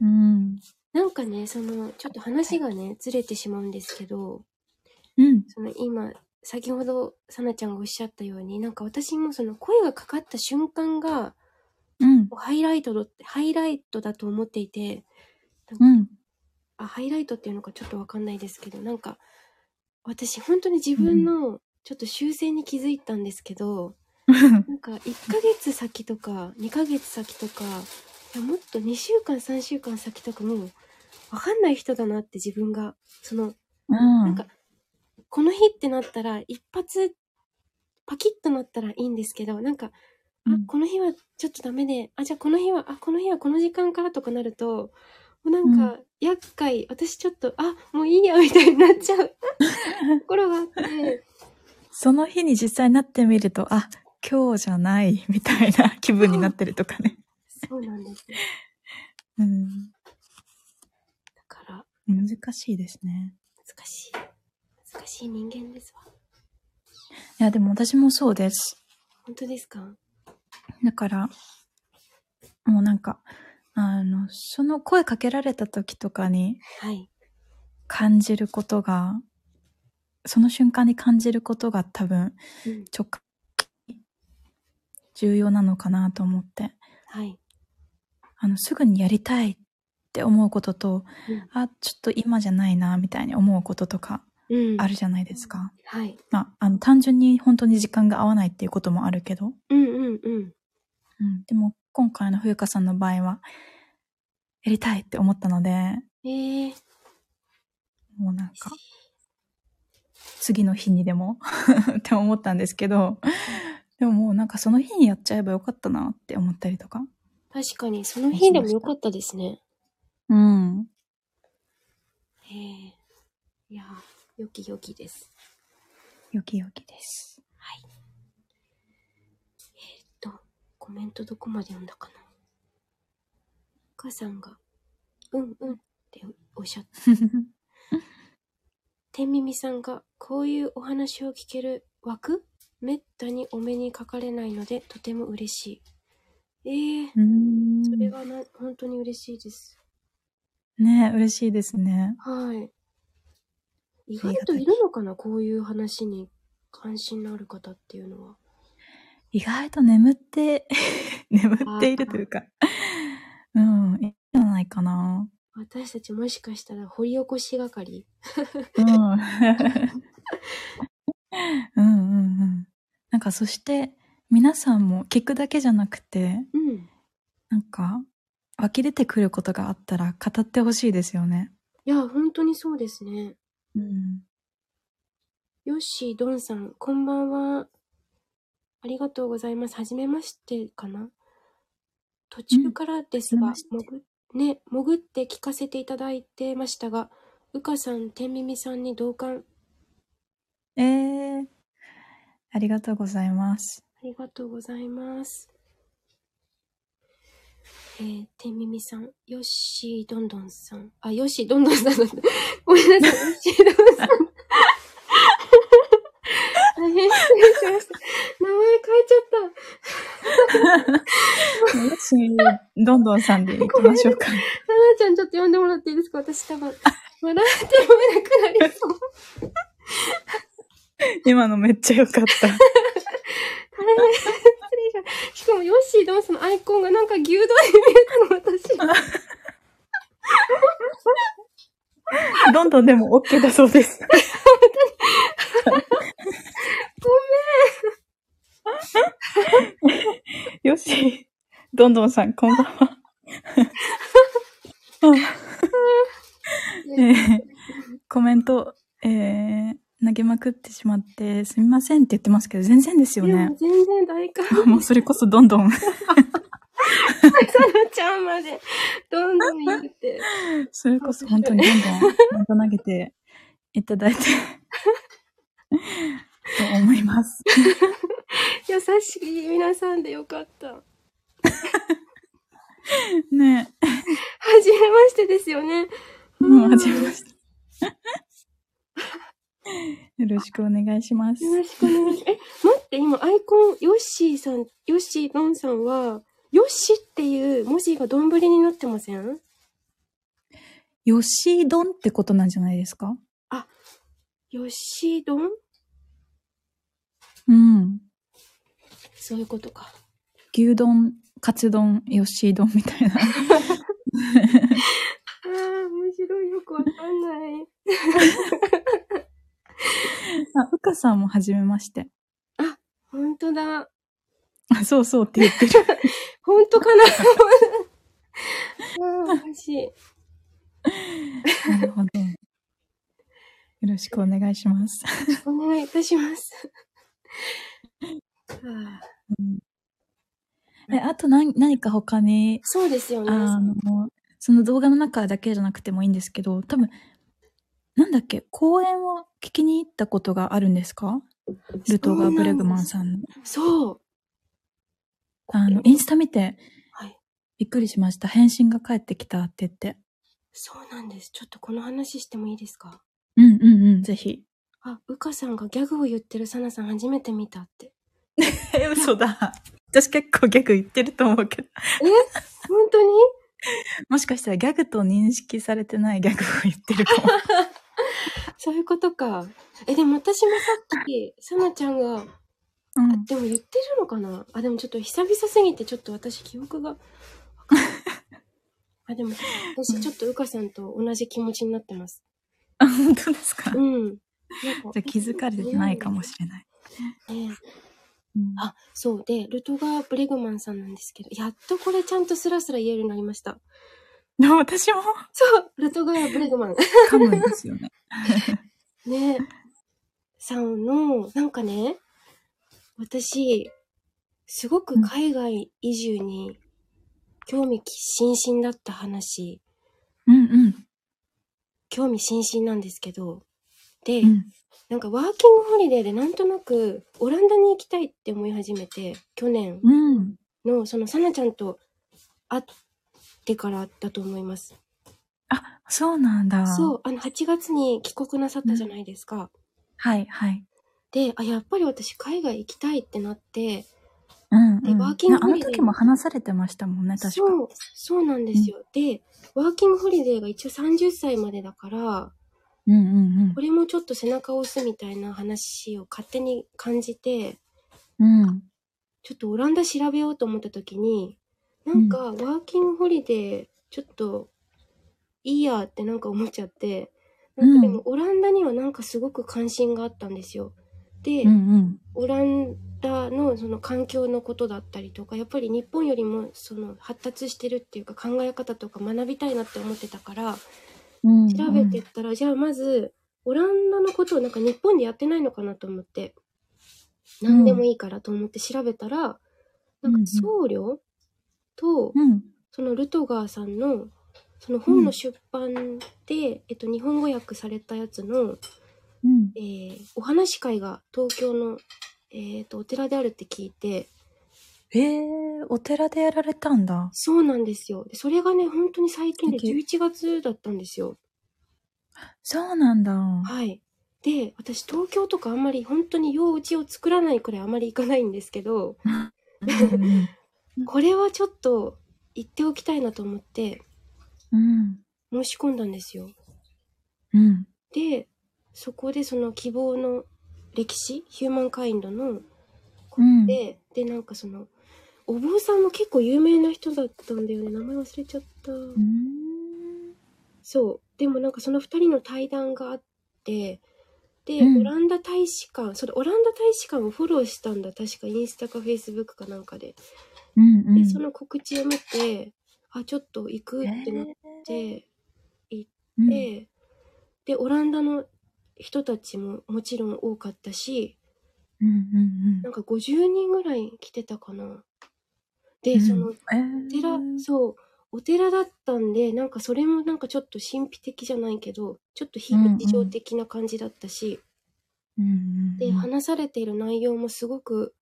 Speaker 2: うん。
Speaker 1: なんかね、その、ちょっと話がね、ずれてしまうんですけど、
Speaker 2: うん。
Speaker 1: その今、先ほど、さなちゃんがおっしゃったように、なんか私もその声がかかった瞬間が、
Speaker 2: うん。
Speaker 1: ハイライトだって、ハイライトだと思っていて、
Speaker 2: うん。
Speaker 1: あ、ハイライトっていうのかちょっとわかんないですけど、なんか、私本当に自分のちょっと修正に気づいたんですけど、なんか1ヶ月先とか2ヶ月先とか、いやもっと2週間3週間先とかもうわかんない人だなって自分が、その、
Speaker 2: うん。
Speaker 1: なんか、この日ってなったら、一発、パキッとなったらいいんですけど、なんか、あ
Speaker 2: うん
Speaker 1: この日はちょっとダメで、あ、じゃあこの日は、あ、この日はこの時間からとかなると、もうなんか、厄介、私ちょっと、あ、もういいや、みたいになっちゃ うところがあって、
Speaker 2: その日に実際なってみると、あ、今日じゃない、みたいな気分になってるとかね。
Speaker 1: そうなんですよ。
Speaker 2: うん。
Speaker 1: だから、
Speaker 2: 難しいですね。
Speaker 1: 難しい。難しい人間ですわ。
Speaker 2: いや、でも私もそうです。
Speaker 1: 本当ですか
Speaker 2: だから、もうなんか、あの、その声かけられた時とかに
Speaker 1: はい。
Speaker 2: 感じることが、その瞬間に感じることが多分、
Speaker 1: うん。
Speaker 2: 直感、重要なのかなと思って。
Speaker 1: はい。
Speaker 2: あの、すぐにやりたいって思うことと、
Speaker 1: うん
Speaker 2: あ、ちょっと今じゃないな、みたいに思うこととか
Speaker 1: うん。
Speaker 2: あるじゃないですか。
Speaker 1: はい。
Speaker 2: まあ、あの、単純に本当に時間が合わないっていうこともあるけど。
Speaker 1: うんうんうん。
Speaker 2: うん。でも、今回の冬香さんの場合は、やりたいって思ったので、
Speaker 1: ええー。
Speaker 2: もうなんか、次の日にでも って思ったんですけど、でももうなんかその日にやっちゃえばよかったなって思ったりとか。
Speaker 1: 確かに、その日でもよかったですね。
Speaker 2: うん。
Speaker 1: へえ。いやー、よきよきです。
Speaker 2: よきよき です。
Speaker 1: はい。えーっと、コメントどこまで読んだかな。お母さんが、うんうんっておっしゃった。天耳さんが、こういうお話を聞ける枠めったにお目にかかれないので、とても嬉しい。ええー、
Speaker 2: うーん。
Speaker 1: それはな、本当に嬉しいです。
Speaker 2: ねえ嬉しいですね。
Speaker 1: はい。意
Speaker 2: がたい
Speaker 1: 外といるのかなこういう話に関心のある方っていうのは。
Speaker 2: 意外と眠って、 眠っているというか。うん、いいんじゃないかな。
Speaker 1: 私たちもしかしたら掘り起こし係
Speaker 2: うん。 うんうんうん。なんかそして、皆さんも聞くだけじゃなくて、
Speaker 1: うん。
Speaker 2: なんか、湧き出てくることがあったら語ってほしいですよね。
Speaker 1: いや、本当にそうですね。
Speaker 2: うん。
Speaker 1: ヨッシー、ドンさん、こんばんは。ありがとうございます。はじめましてかな途中からです
Speaker 2: うん
Speaker 1: が、
Speaker 2: はじめま
Speaker 1: 潜ね、潜って聞かせていただいてましたが、うかさん、天耳さんに同感。
Speaker 2: ええありがとうございます。
Speaker 1: ありがとうございます。えー、てみみさん、よっしーどんどんさん。あ、よっしーどんどんさんだった。 ごめんなさい、よっしーどんさん。 大変失礼しました。名前変えちゃっ
Speaker 2: よし、どんどんさんで行きましょうか。
Speaker 1: た。ななちゃんちょっと呼んでもらっていいですか私多分、笑って読めなくなりそう。
Speaker 2: 今のめっちゃ良かった。
Speaker 1: 大変失礼しました。しかも、よっしーどんさんのアイコンがなんか牛丼に見えたの、私。
Speaker 2: どんどんでも OK だそうです。 ごめん。よし、どんどんさん、こんばん は。 えー コメント、えー投げまくってしまって、すみませんって言ってますけど、全然ですよ
Speaker 1: いや
Speaker 2: ね
Speaker 1: もう。全然大歓迎。
Speaker 2: もうそれこ そどんどん、
Speaker 1: さなちゃんまで、どんどん言って。
Speaker 2: それこそ本当にどんどん、また投げていただいて、と思い ます。
Speaker 1: 優しい皆さんでよかった。は
Speaker 2: ねえ。
Speaker 1: じめましてですよね。
Speaker 2: うん、はじめまして。よろしくお願いします。
Speaker 1: よろしくお願いします。え、待って、今アイコン、ヨッシーさん、ヨッシードンさんは、ヨッシーっていう文字がどんぶりになってません
Speaker 2: よしどんってことなんじゃないですか
Speaker 1: ヨッシードン
Speaker 2: うん。
Speaker 1: そういうことか。
Speaker 2: 牛丼カツ丼、ヨッシー丼みたいな。
Speaker 1: あー、面白い。よくわかんない。
Speaker 2: あ、うかさんも初めまして。
Speaker 1: ほんとだ。
Speaker 2: あ、 そうそうって言ってる。
Speaker 1: ほんとかなあー、おかしい。
Speaker 2: なるほど。よろしくお願いします。
Speaker 1: お願いいたします。 あー
Speaker 2: うんえ、あと何何か他に、
Speaker 1: そうですよね。
Speaker 2: あの、その動画の中だけじゃなくてもいいんですけど、多分、なんだっけ、公演を聞きに行ったことがあるんですかルトガー・ブレグマンさんの。
Speaker 1: そう。
Speaker 2: あの、インスタ見て、
Speaker 1: はい
Speaker 2: びっくりしました。返信が返ってきたって言って。
Speaker 1: そうなんです。ちょっとこの話してもいいですか
Speaker 2: うんうんうん、ぜひ。
Speaker 1: あ、うかさんがギャグを言ってるサナさん初めて見たって。
Speaker 2: え、 嘘だ。私結構ギャグ言ってると思うけど。
Speaker 1: 本当に
Speaker 2: もしかしたらギャグと認識されてないギャグを言ってる かも。
Speaker 1: そういうことか。え、でも私もさっき、サナちゃんが、
Speaker 2: うん、
Speaker 1: でも言ってるのかなあ、でもちょっと久々すぎて、ちょっと私記憶 がわかんない。あ、でも、私ちょっとうかさんと同じ気持ちになってます。
Speaker 2: あ本当ですか
Speaker 1: う
Speaker 2: じ
Speaker 1: ん。 なんか
Speaker 2: ゃあ気づかれてないかもしれない。
Speaker 1: ね
Speaker 2: うん
Speaker 1: あ、そう。で、ルトガー・ブレグマンさんなんですけど、やっとこれちゃんとスラスラ言えるようになりました。
Speaker 2: でも私も
Speaker 1: そうルトガー・ブレグマン。
Speaker 2: 噛むんです よね。
Speaker 1: ね。さんの、なんかね、私、すごく海外移住に興味津々だった話、
Speaker 2: うんうん
Speaker 1: 興味津々なんですけど、で、
Speaker 2: うん。
Speaker 1: なんかワーキングホリデーでなんとなくオランダに行きたいって思い始めて、去年
Speaker 2: うん。
Speaker 1: のそのサナちゃんと会ってからだと思います。
Speaker 2: あ、そうなんだ。
Speaker 1: そう、あの8月に帰国なさったじゃないですか。
Speaker 2: はいはい。
Speaker 1: で、あ、やっぱり私海外行きたいってなって、
Speaker 2: うん、う
Speaker 1: で
Speaker 2: ん。
Speaker 1: ワーキング
Speaker 2: ああの
Speaker 1: ホリデ
Speaker 2: 時
Speaker 1: ー
Speaker 2: も話されてましたもんね、確か。
Speaker 1: そう、そうなんですよ。で、ワーキングホリデーが一応30歳までだから、
Speaker 2: うんうん
Speaker 1: これもちょっと背中を押すみたいな話を勝手に感じて、
Speaker 2: うん。うん。
Speaker 1: ちょっとオランダ調べようと思った時に、なんかワーキングホリデーちょっといいやってなんか思っちゃって、なんかでもオランダにはなんかすごく関心があったんですよ。で、
Speaker 2: うんうん。
Speaker 1: オランダのその環境のことだったりとかやっぱり日本よりもその発達してるっていうか考え方とか学びたいなって思ってたから
Speaker 2: うんうん
Speaker 1: 調べてっ。たら、じゃあまずオランダのことをなんか日本でやってないのかなと思って何でもいいからと思って調べたら、
Speaker 2: うん
Speaker 1: なんか僧侶と
Speaker 2: うん。
Speaker 1: そのルトガーさんのその本の出版で、えっと、日本語訳されたやつの
Speaker 2: うん。
Speaker 1: えーお話し会が東京の、えー、とお寺であるって聞いて
Speaker 2: えー、お寺でやられたんだ。
Speaker 1: そうなんですよでそれがね本当に最近で
Speaker 2: 素敵
Speaker 1: 11月だったんですよ
Speaker 2: そうなんだ。
Speaker 1: はいで私東京とかあんまり本当に用うちを作らないくらいあまり行かないんですけど
Speaker 2: うんうん
Speaker 1: これはちょっと行っておきたいなと思って
Speaker 2: うん。
Speaker 1: 申し込んだんですよ
Speaker 2: うん。
Speaker 1: でそこでその希望の歴史ヒューマンカインドのことで、でなんかそのお坊さんも結構有名な人だったんだよね名前忘れちゃった、
Speaker 2: うん
Speaker 1: そうでもなんかその2人の対談があってで、
Speaker 2: うん
Speaker 1: オランダ大使館それオランダ大使館をフォローしたんだ確かインスタかフェイスブックかなんかで、
Speaker 2: うんうん。
Speaker 1: でその告知を見てあちょっと行くってなって、
Speaker 2: うん
Speaker 1: ででオランダの人たちももちろん多かったし
Speaker 2: うんうん
Speaker 1: なんか50人ぐらい来てたかな
Speaker 2: う
Speaker 1: で、
Speaker 2: ん。
Speaker 1: その
Speaker 2: うん、
Speaker 1: お寺、
Speaker 2: うん
Speaker 1: そうお寺だったんでなんかそれもなんかちょっと神秘的じゃないけどちょっと非日常的な感じだったし、
Speaker 2: うん
Speaker 1: で話されている内容もすごく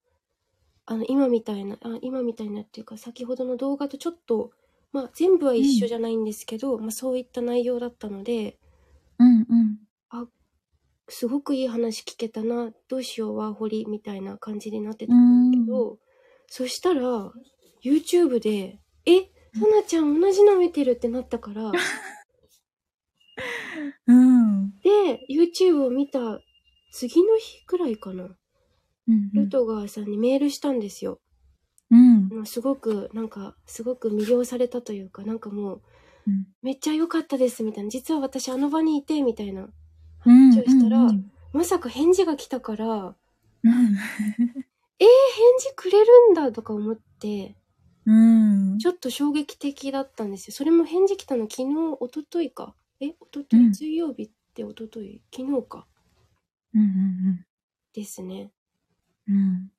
Speaker 1: あの今みたいなあ今みたいなっていうか先ほどの動画とちょっと、まあ、全部は一緒じゃないんですけど、まあ、そういった内容だったので
Speaker 2: うんうん。
Speaker 1: すごくいい話聞けたなどうしようワーホリみたいな感じになってたんだけど、そしたら YouTube で「えさなちゃん同じの見てる」ってなった から。
Speaker 2: うん。うん
Speaker 1: で、YouTube を見た次の日くらいかな、
Speaker 2: うん。
Speaker 1: ルトガーさんにメールしたんですよ。
Speaker 2: うん。
Speaker 1: もうすごくなんかすごく魅了されたというかなんかもう
Speaker 2: うん
Speaker 1: めっちゃ良かったですみたいな実は私あの場にいてみたいな
Speaker 2: うん。
Speaker 1: 話をしたら、
Speaker 2: うん
Speaker 1: まさか返事が来たから
Speaker 2: う
Speaker 1: え
Speaker 2: ん
Speaker 1: 返事くれるんだとか思って
Speaker 2: うん。
Speaker 1: ちょっと衝撃的だったんですよそれも返事来たの昨日一昨日かえ一昨日、
Speaker 2: うん
Speaker 1: 水曜日って一昨日昨日か
Speaker 2: うんうん
Speaker 1: ですねっ
Speaker 2: うん。うん。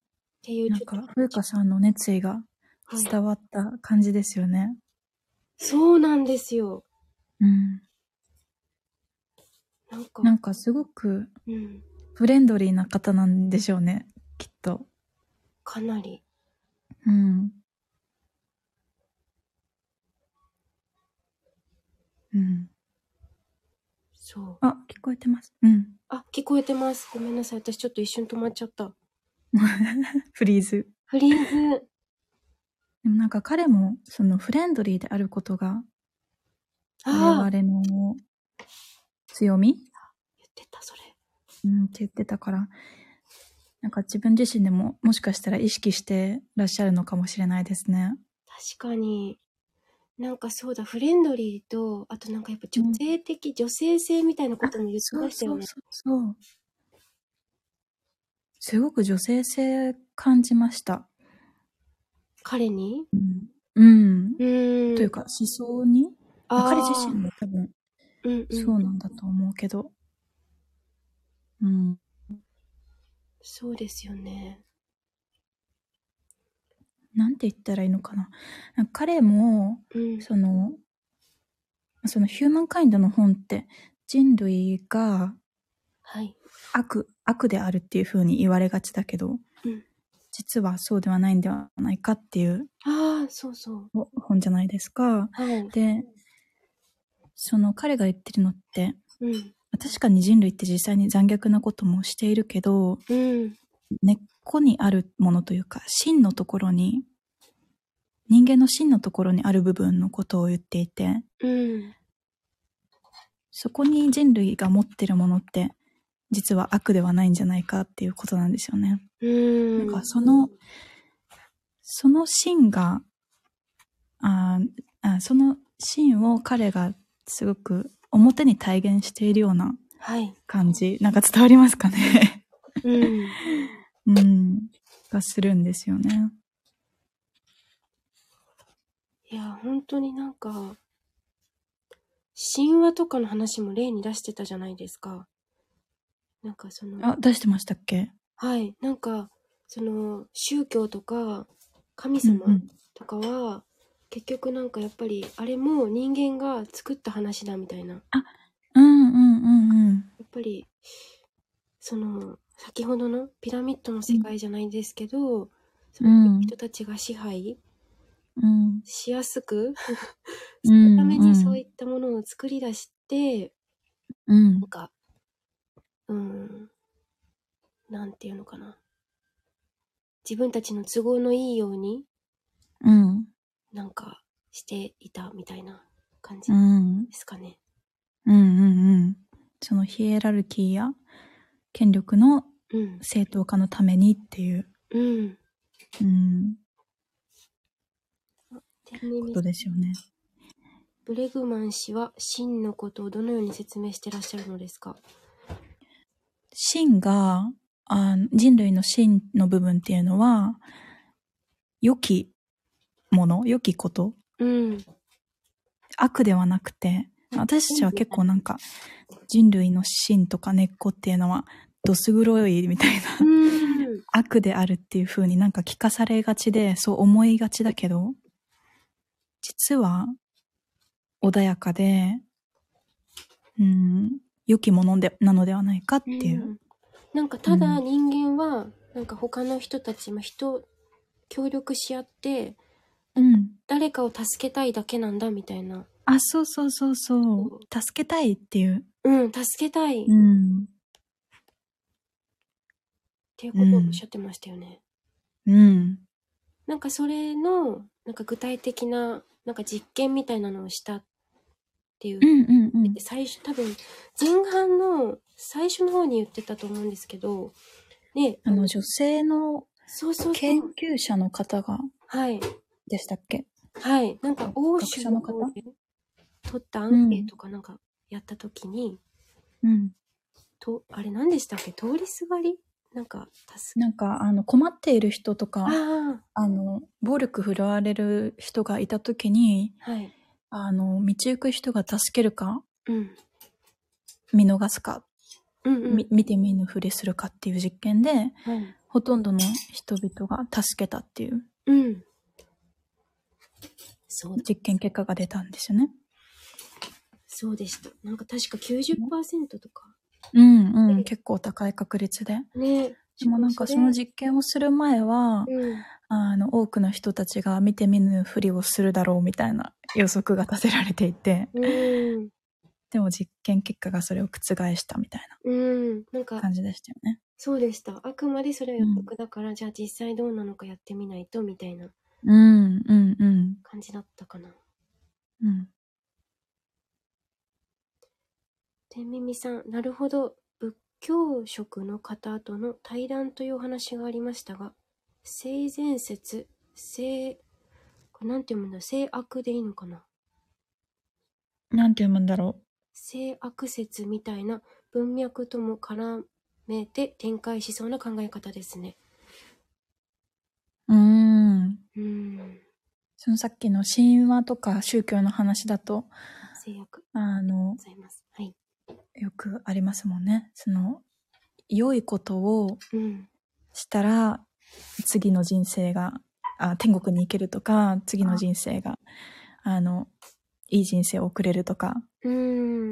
Speaker 1: ていう
Speaker 2: なん
Speaker 1: ちょっと
Speaker 2: か、風花さんの熱意が
Speaker 1: はい、
Speaker 2: 伝わった感じですよね。
Speaker 1: そうなんですよ
Speaker 2: うん。
Speaker 1: なんか
Speaker 2: なんかすごく
Speaker 1: うん
Speaker 2: フレンドリーな方なんでしょうね。きっと。
Speaker 1: かなり
Speaker 2: うん。うん。
Speaker 1: そう
Speaker 2: あ、聞こえてます。うん。
Speaker 1: あ聞こえてますごめんなさい私ちょっと一瞬止まっちゃった
Speaker 2: フリーズ。
Speaker 1: フリーズ
Speaker 2: でもなんか彼もそのフレンドリーであることが
Speaker 1: ああ
Speaker 2: 我々の強み、
Speaker 1: 言ってたそれ
Speaker 2: うん、って言ってたからなんか自分自身でももしかしたら意識してらっしゃるのかもしれないですね。
Speaker 1: 確かになんかそうだフレンドリーとあとなんかやっぱ女性的、女性性みたいなことも言ってましたよね
Speaker 2: そうそう。すごく女性性感じました。
Speaker 1: 彼に
Speaker 2: うん。うん、
Speaker 1: うーん
Speaker 2: というか思想に
Speaker 1: あー
Speaker 2: 彼自身も多分
Speaker 1: うんうん、
Speaker 2: そうなんだと思うけど。うん。
Speaker 1: そうですよね
Speaker 2: なんて言ったらいいのかな。なんか彼も
Speaker 1: うん
Speaker 2: その、そのヒューマンカインドの本って人類が
Speaker 1: はい
Speaker 2: 悪、悪であるっていう風に言われがちだけど、
Speaker 1: うん
Speaker 2: 実はそうではないんではないかっていう
Speaker 1: ああそうそう
Speaker 2: ほ本じゃないですか。
Speaker 1: はい
Speaker 2: で、その彼が言ってるのって、
Speaker 1: うん
Speaker 2: 確かに人類って実際に残虐なこともしているけど、
Speaker 1: うん
Speaker 2: 根っこにあるものというか、真のところに、人間の真のところにある部分のことを言っていて、
Speaker 1: うん
Speaker 2: そこに人類が持ってるものって実は悪ではないんじゃないかっていうことなんですよね。
Speaker 1: うん
Speaker 2: なんかそのその芯があーあその芯を彼がすごく表に体現しているような
Speaker 1: はい
Speaker 2: 感じなんか伝わりますかね
Speaker 1: うん
Speaker 2: うんがするんですよね。
Speaker 1: いや本当になんか神話とかの話も例に出してたじゃないですかなんかその
Speaker 2: あ出してましたっけ
Speaker 1: はい、なんかその宗教とか神
Speaker 2: うん
Speaker 1: 様とかは、結局なんかやっぱりあれも人間が作った話だみたいなや
Speaker 2: うんうんうんうん
Speaker 1: っぱりその先ほどのピラミッドの世界じゃないですけど、その人たちが支配
Speaker 2: うん
Speaker 1: しやすく、
Speaker 2: う
Speaker 1: そ
Speaker 2: ん
Speaker 1: のためにそういったものを作り出して、
Speaker 2: うん
Speaker 1: なんかうんなんていうのかな自分たちの都合のいいように
Speaker 2: うん
Speaker 1: なんかしていたみたいな感じ
Speaker 2: う
Speaker 1: で
Speaker 2: ん
Speaker 1: すかね。
Speaker 2: うんうんうん。そのヒエラルキーや権力の
Speaker 1: うん。
Speaker 2: 正当化のためにっていう、
Speaker 1: うん。
Speaker 2: うん、
Speaker 1: 天然
Speaker 2: こ
Speaker 1: ミ
Speaker 2: と
Speaker 1: ス
Speaker 2: ですよね。
Speaker 1: ブレグマン氏は真のことをどのように説明してらっしゃるのですか
Speaker 2: 真が、あ人類の真の部分っていうのは、良きもの、良きこと、
Speaker 1: うん。
Speaker 2: 悪ではなくて、私たちは結構なんか、人類の真とか根っこっていうのは、どす黒いみたいな、
Speaker 1: うん。
Speaker 2: 悪であるっていう風になんか聞かされがちでそう思いがちだけど実は穏やかでうん良きものでなのではないかっていう、
Speaker 1: なんかただ
Speaker 2: う
Speaker 1: 人間は、なんか他の人たち、まあ、人、協力し合って、
Speaker 2: うん
Speaker 1: 誰かを助けたいだけなんだみたいな。
Speaker 2: あそうそうそうそう助けたいっていう、
Speaker 1: うん、助けたいっ
Speaker 2: ん
Speaker 1: ていうことをおっしゃってましたよね。
Speaker 2: うん、
Speaker 1: なんかそれの、なんか具体的な、なんか実験みたいなのをしたっていう
Speaker 2: うんうんうん
Speaker 1: で最初多分前半の最初の方に言ってたと思うんですけどね
Speaker 2: あの女性の
Speaker 1: そうそうそう
Speaker 2: 研究者の方が
Speaker 1: はい。
Speaker 2: でしたっけ
Speaker 1: はい。なんか、欧州
Speaker 2: 学者の方
Speaker 1: で取ったアンケートかなんかやったときに、
Speaker 2: うん。
Speaker 1: と、あれ何でしたっけ通りすがりなんか、助け。
Speaker 2: なんか、あの、困っている人とか、
Speaker 1: あ
Speaker 2: あの、暴力振るわれる人がいたときに、
Speaker 1: あ、はい。
Speaker 2: あの、道行く人が助けるか、
Speaker 1: うん。
Speaker 2: 見逃すか、
Speaker 1: うん、うん。
Speaker 2: み見て見ぬふりするかっていう実験で、
Speaker 1: はい。
Speaker 2: ほとんどの人々が助けたっていう
Speaker 1: うん。そうだ、
Speaker 2: 実験結果が出たんですよね。
Speaker 1: そうでした。なんか確か90%とか。
Speaker 2: うんう
Speaker 1: うん
Speaker 2: ん、結構高い確率で。
Speaker 1: ね。
Speaker 2: でもなんかその実験をする前は、
Speaker 1: うん。
Speaker 2: あの、多くの人たちが見て見ぬふりをするだろうみたいな予測が立てられていて、
Speaker 1: うん。
Speaker 2: でも実験結果がそれを覆したみたい
Speaker 1: うん。なんか
Speaker 2: な、感じでしたよね。
Speaker 1: そうでした。あくまでそれは予測だから、じゃあ実際どうなのかやってみないと、みたいな
Speaker 2: うん、うん、うん、
Speaker 1: 感じだったかな。
Speaker 2: うん。
Speaker 1: てんみみさん、なるほど。仏教職の方との対談というお話がありましたが、性善説、性、これなんて読むんだ性悪でいいのかな
Speaker 2: なんて読むんだろ
Speaker 1: 性悪説みたいな文脈とも絡めて展開しそうな考え方ですね。
Speaker 2: う。うん。
Speaker 1: うーん。
Speaker 2: そのさっきの神話とか宗教の話だと、
Speaker 1: 性悪
Speaker 2: あ
Speaker 1: ご、
Speaker 2: の
Speaker 1: ざいます。はい。
Speaker 2: よくありますもんね。その、良いことを
Speaker 1: うん。
Speaker 2: したら、次の人生が、あ天国に行けるとか、次の人生が、あの、いい人生を送れるとか、
Speaker 1: うーん。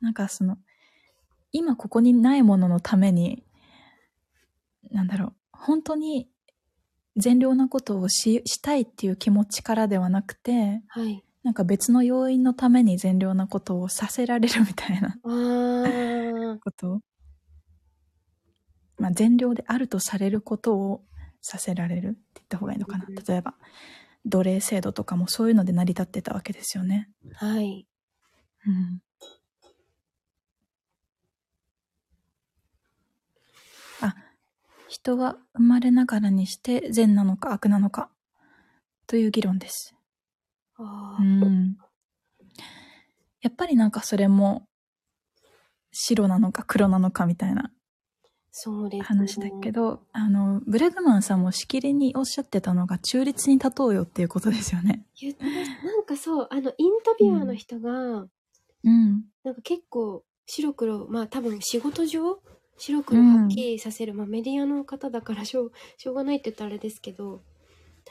Speaker 2: なんかその、今ここにないもののために、なんだろう、本当に善良なことをししたいっていう気持ちからではなくて、
Speaker 1: はい。
Speaker 2: なんか別の要因のために善良なことをさせられるみたいな
Speaker 1: あー。
Speaker 2: ことを、まあ、善良であるとされることをさせられるって言った方がいいのかな
Speaker 1: うん。
Speaker 2: 例えば、奴隷制度とかもそういうので成り立ってたわけですよね。
Speaker 1: はい。
Speaker 2: うんあ、人は生まれながらにして善なのか悪なのかという議論です。
Speaker 1: あ
Speaker 2: う
Speaker 1: ー。
Speaker 2: ん。やっぱりなんかそれも白なのか黒なのかみたいな
Speaker 1: そうです、ね。
Speaker 2: 話だけ。ど、あの、ブレグマンさんもしきりにおっしゃってたのが中立に立とうよっていうことですよね。
Speaker 1: 言ってました。なんかそう、あの、インタビュアーの人が、
Speaker 2: うん。
Speaker 1: なんか結構白黒まあ多分仕事上白黒はっきりさせる、まあメディアの方だからしょうしょうがないって言ったらあれですけど、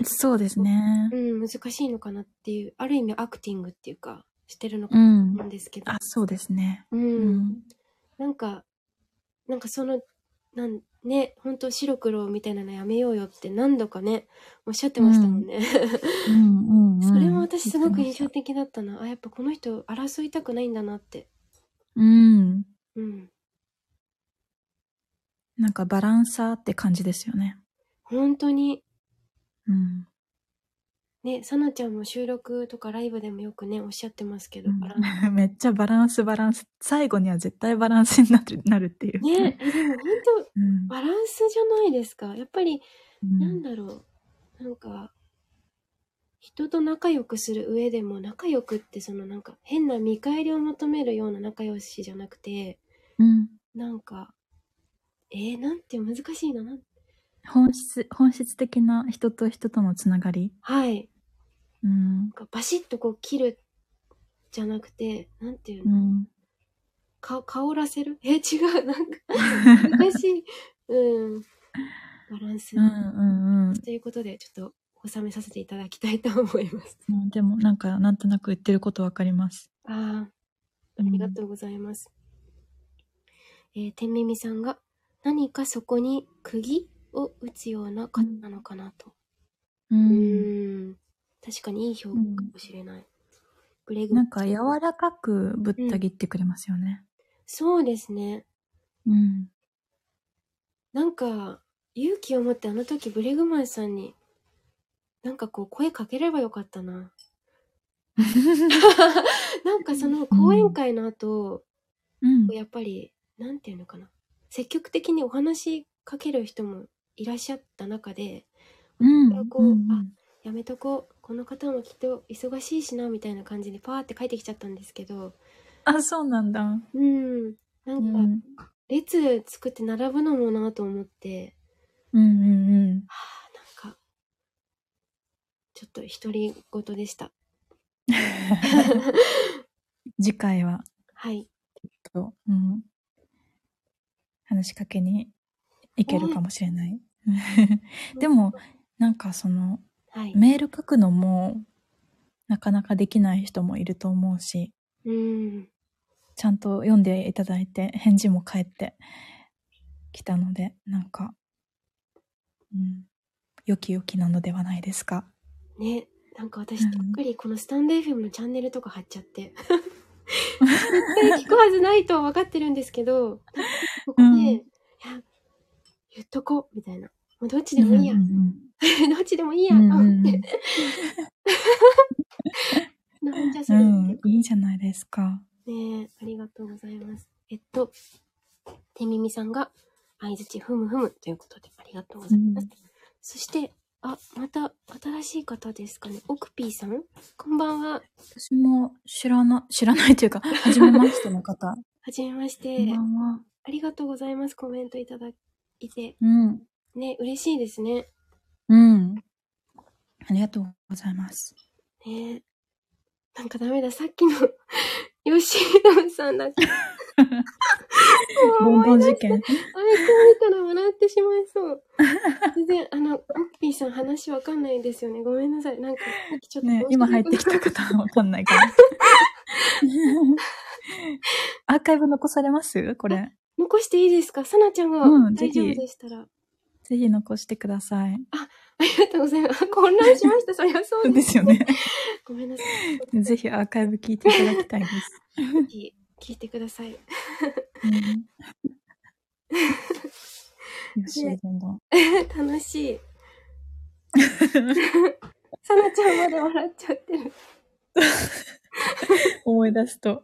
Speaker 2: そうですね
Speaker 1: う。ん、難しいのかなっていうある意味アクティングっていうかしてるのか
Speaker 2: う
Speaker 1: なんな。んですけど
Speaker 2: あ、、そうですね。
Speaker 1: うん
Speaker 2: うん。
Speaker 1: なんかなんかそのなんね本当白黒みたいなのやめようよって何度かねおっしゃってましたもんね、
Speaker 2: うんうんうん
Speaker 1: それも私すごく印象的だったなあやっぱこの人争いたくないんだなって
Speaker 2: うん。
Speaker 1: うん
Speaker 2: なんかバランサーって感じですよね。
Speaker 1: 本当に
Speaker 2: うん。
Speaker 1: ね、さなちゃんも収録とかライブでもよくね、おっしゃってますけど、あら
Speaker 2: めっちゃバランスバランス。最後には絶対バランスになるなるっていう。
Speaker 1: ね、えでも本当
Speaker 2: うん。
Speaker 1: バランスじゃないですか。やっぱり、
Speaker 2: うん
Speaker 1: なんだろう、なんか、人と仲良くする上でも、仲良くってそのなんか、変な見返りを求めるような仲良しじゃなくて、
Speaker 2: うん
Speaker 1: なんか、えー、なんて難しいな、なん
Speaker 2: 本質、本質的な人と人とのつながり。
Speaker 1: はい。
Speaker 2: うん
Speaker 1: な。んかバシッとこう切る、じゃなくて、なんていう
Speaker 2: う
Speaker 1: の、
Speaker 2: ん。
Speaker 1: か、香らせるえー、違う、なんか、 難しい。うん。バランス。
Speaker 2: うんうん
Speaker 1: ということで、ちょっと収めさせていただきたいと思います。
Speaker 2: うん。でもなんか、なんとなく言ってることわかります。
Speaker 1: ああ、
Speaker 2: あ
Speaker 1: ありがとうございます。えー、てんみみさんが、何かそこに釘を打つような方なのかなと。う
Speaker 2: う。
Speaker 1: んーん。確かにいい評価かもしれない。グレグ
Speaker 2: なんか柔らかくぶった切ってくれますよね。
Speaker 1: そうですね。
Speaker 2: うん。
Speaker 1: なんか、勇気を持ってあの時ブレグマンさんに、なんかこう声かければよかった な。なんかその講演会の後、
Speaker 2: うん。
Speaker 1: やっぱり、なんていうのかな。積極的にお話しかける人もいらっしゃった中で、
Speaker 2: うん。
Speaker 1: なんかこ
Speaker 2: う
Speaker 1: うんあやめとこうこの方もきっと忙しいしなみたいな感じでパーって書いてきちゃったんですけど
Speaker 2: あ、そうなんだ。
Speaker 1: うんな
Speaker 2: うんん。う
Speaker 1: か
Speaker 2: ん
Speaker 1: 列作って並ぶのもなと思って、
Speaker 2: うんうん。
Speaker 1: はあなんかちょっと独り言で した
Speaker 2: 次回は、
Speaker 1: はい
Speaker 2: と、うん。話しかけに行けるかもしれない。でも、なんかその、
Speaker 1: はい
Speaker 2: メール書くのも、なかなかできない人もいると思うし、
Speaker 1: うん
Speaker 2: ちゃんと読んでいただいて、返事も返ってきたので、なんか、うん、よきよきなのではないですか。
Speaker 1: ねなんか私
Speaker 2: うん
Speaker 1: とっくりこのスタンド FM のチャンネルとか貼っちゃって 絶対聞くはずないとは分かってるんですけどここで、
Speaker 2: うん
Speaker 1: いや言っとこうみたいなもうどっちでもいいや、
Speaker 2: うんうん
Speaker 1: どっちでもいいや
Speaker 2: う
Speaker 1: と
Speaker 2: んう
Speaker 1: 思
Speaker 2: ん
Speaker 1: って、なんじゃそれ
Speaker 2: う
Speaker 1: っ
Speaker 2: ん
Speaker 1: て
Speaker 2: うんいいじゃないですか。
Speaker 1: ねえ、ありがとうございます。えっと、てみみさんが、相づちふむふむということで、ありがとうございます。
Speaker 2: うん
Speaker 1: そして、あ、また新しい方ですかね。オクピーさんこんばんは。
Speaker 2: 私も知らな、知らないというか、初めましての方。
Speaker 1: はじめまし
Speaker 2: こ
Speaker 1: て
Speaker 2: ん。ばんは。
Speaker 1: ありがとうございます。コメントいただいて。
Speaker 2: うん。
Speaker 1: ね、嬉しいですね。
Speaker 2: うん。ありがとうございます。
Speaker 1: ねえなんかダメだ、さっきの、 ヨシーノ さんだっけ。
Speaker 2: ボンボン事件。
Speaker 1: あれこ見たら笑ってしまいそう。全然、あの、オッピーさん話わかんないんですよね。ごめんなさい。なんか、さっきちょっと
Speaker 2: ね、今入ってきた。方はわかんないから。アーカイブ残されますこれ。
Speaker 1: 残していいですかさなちゃんが
Speaker 2: うん
Speaker 1: 大
Speaker 2: ぜ
Speaker 1: 丈
Speaker 2: ひ
Speaker 1: 夫でしたら。
Speaker 2: ぜひ残してください。
Speaker 1: ありがとうございます。あ混乱しました。そりゃそう
Speaker 2: です よね。
Speaker 1: ごめんなさい。
Speaker 2: ぜひアーカイブ聞いていただきたいです。
Speaker 1: ぜひ聞いてください。
Speaker 2: うん、よし、どんどん。
Speaker 1: 楽しい。さなちゃんまで笑っちゃってる。ね
Speaker 2: 思い出す
Speaker 1: え。
Speaker 2: と。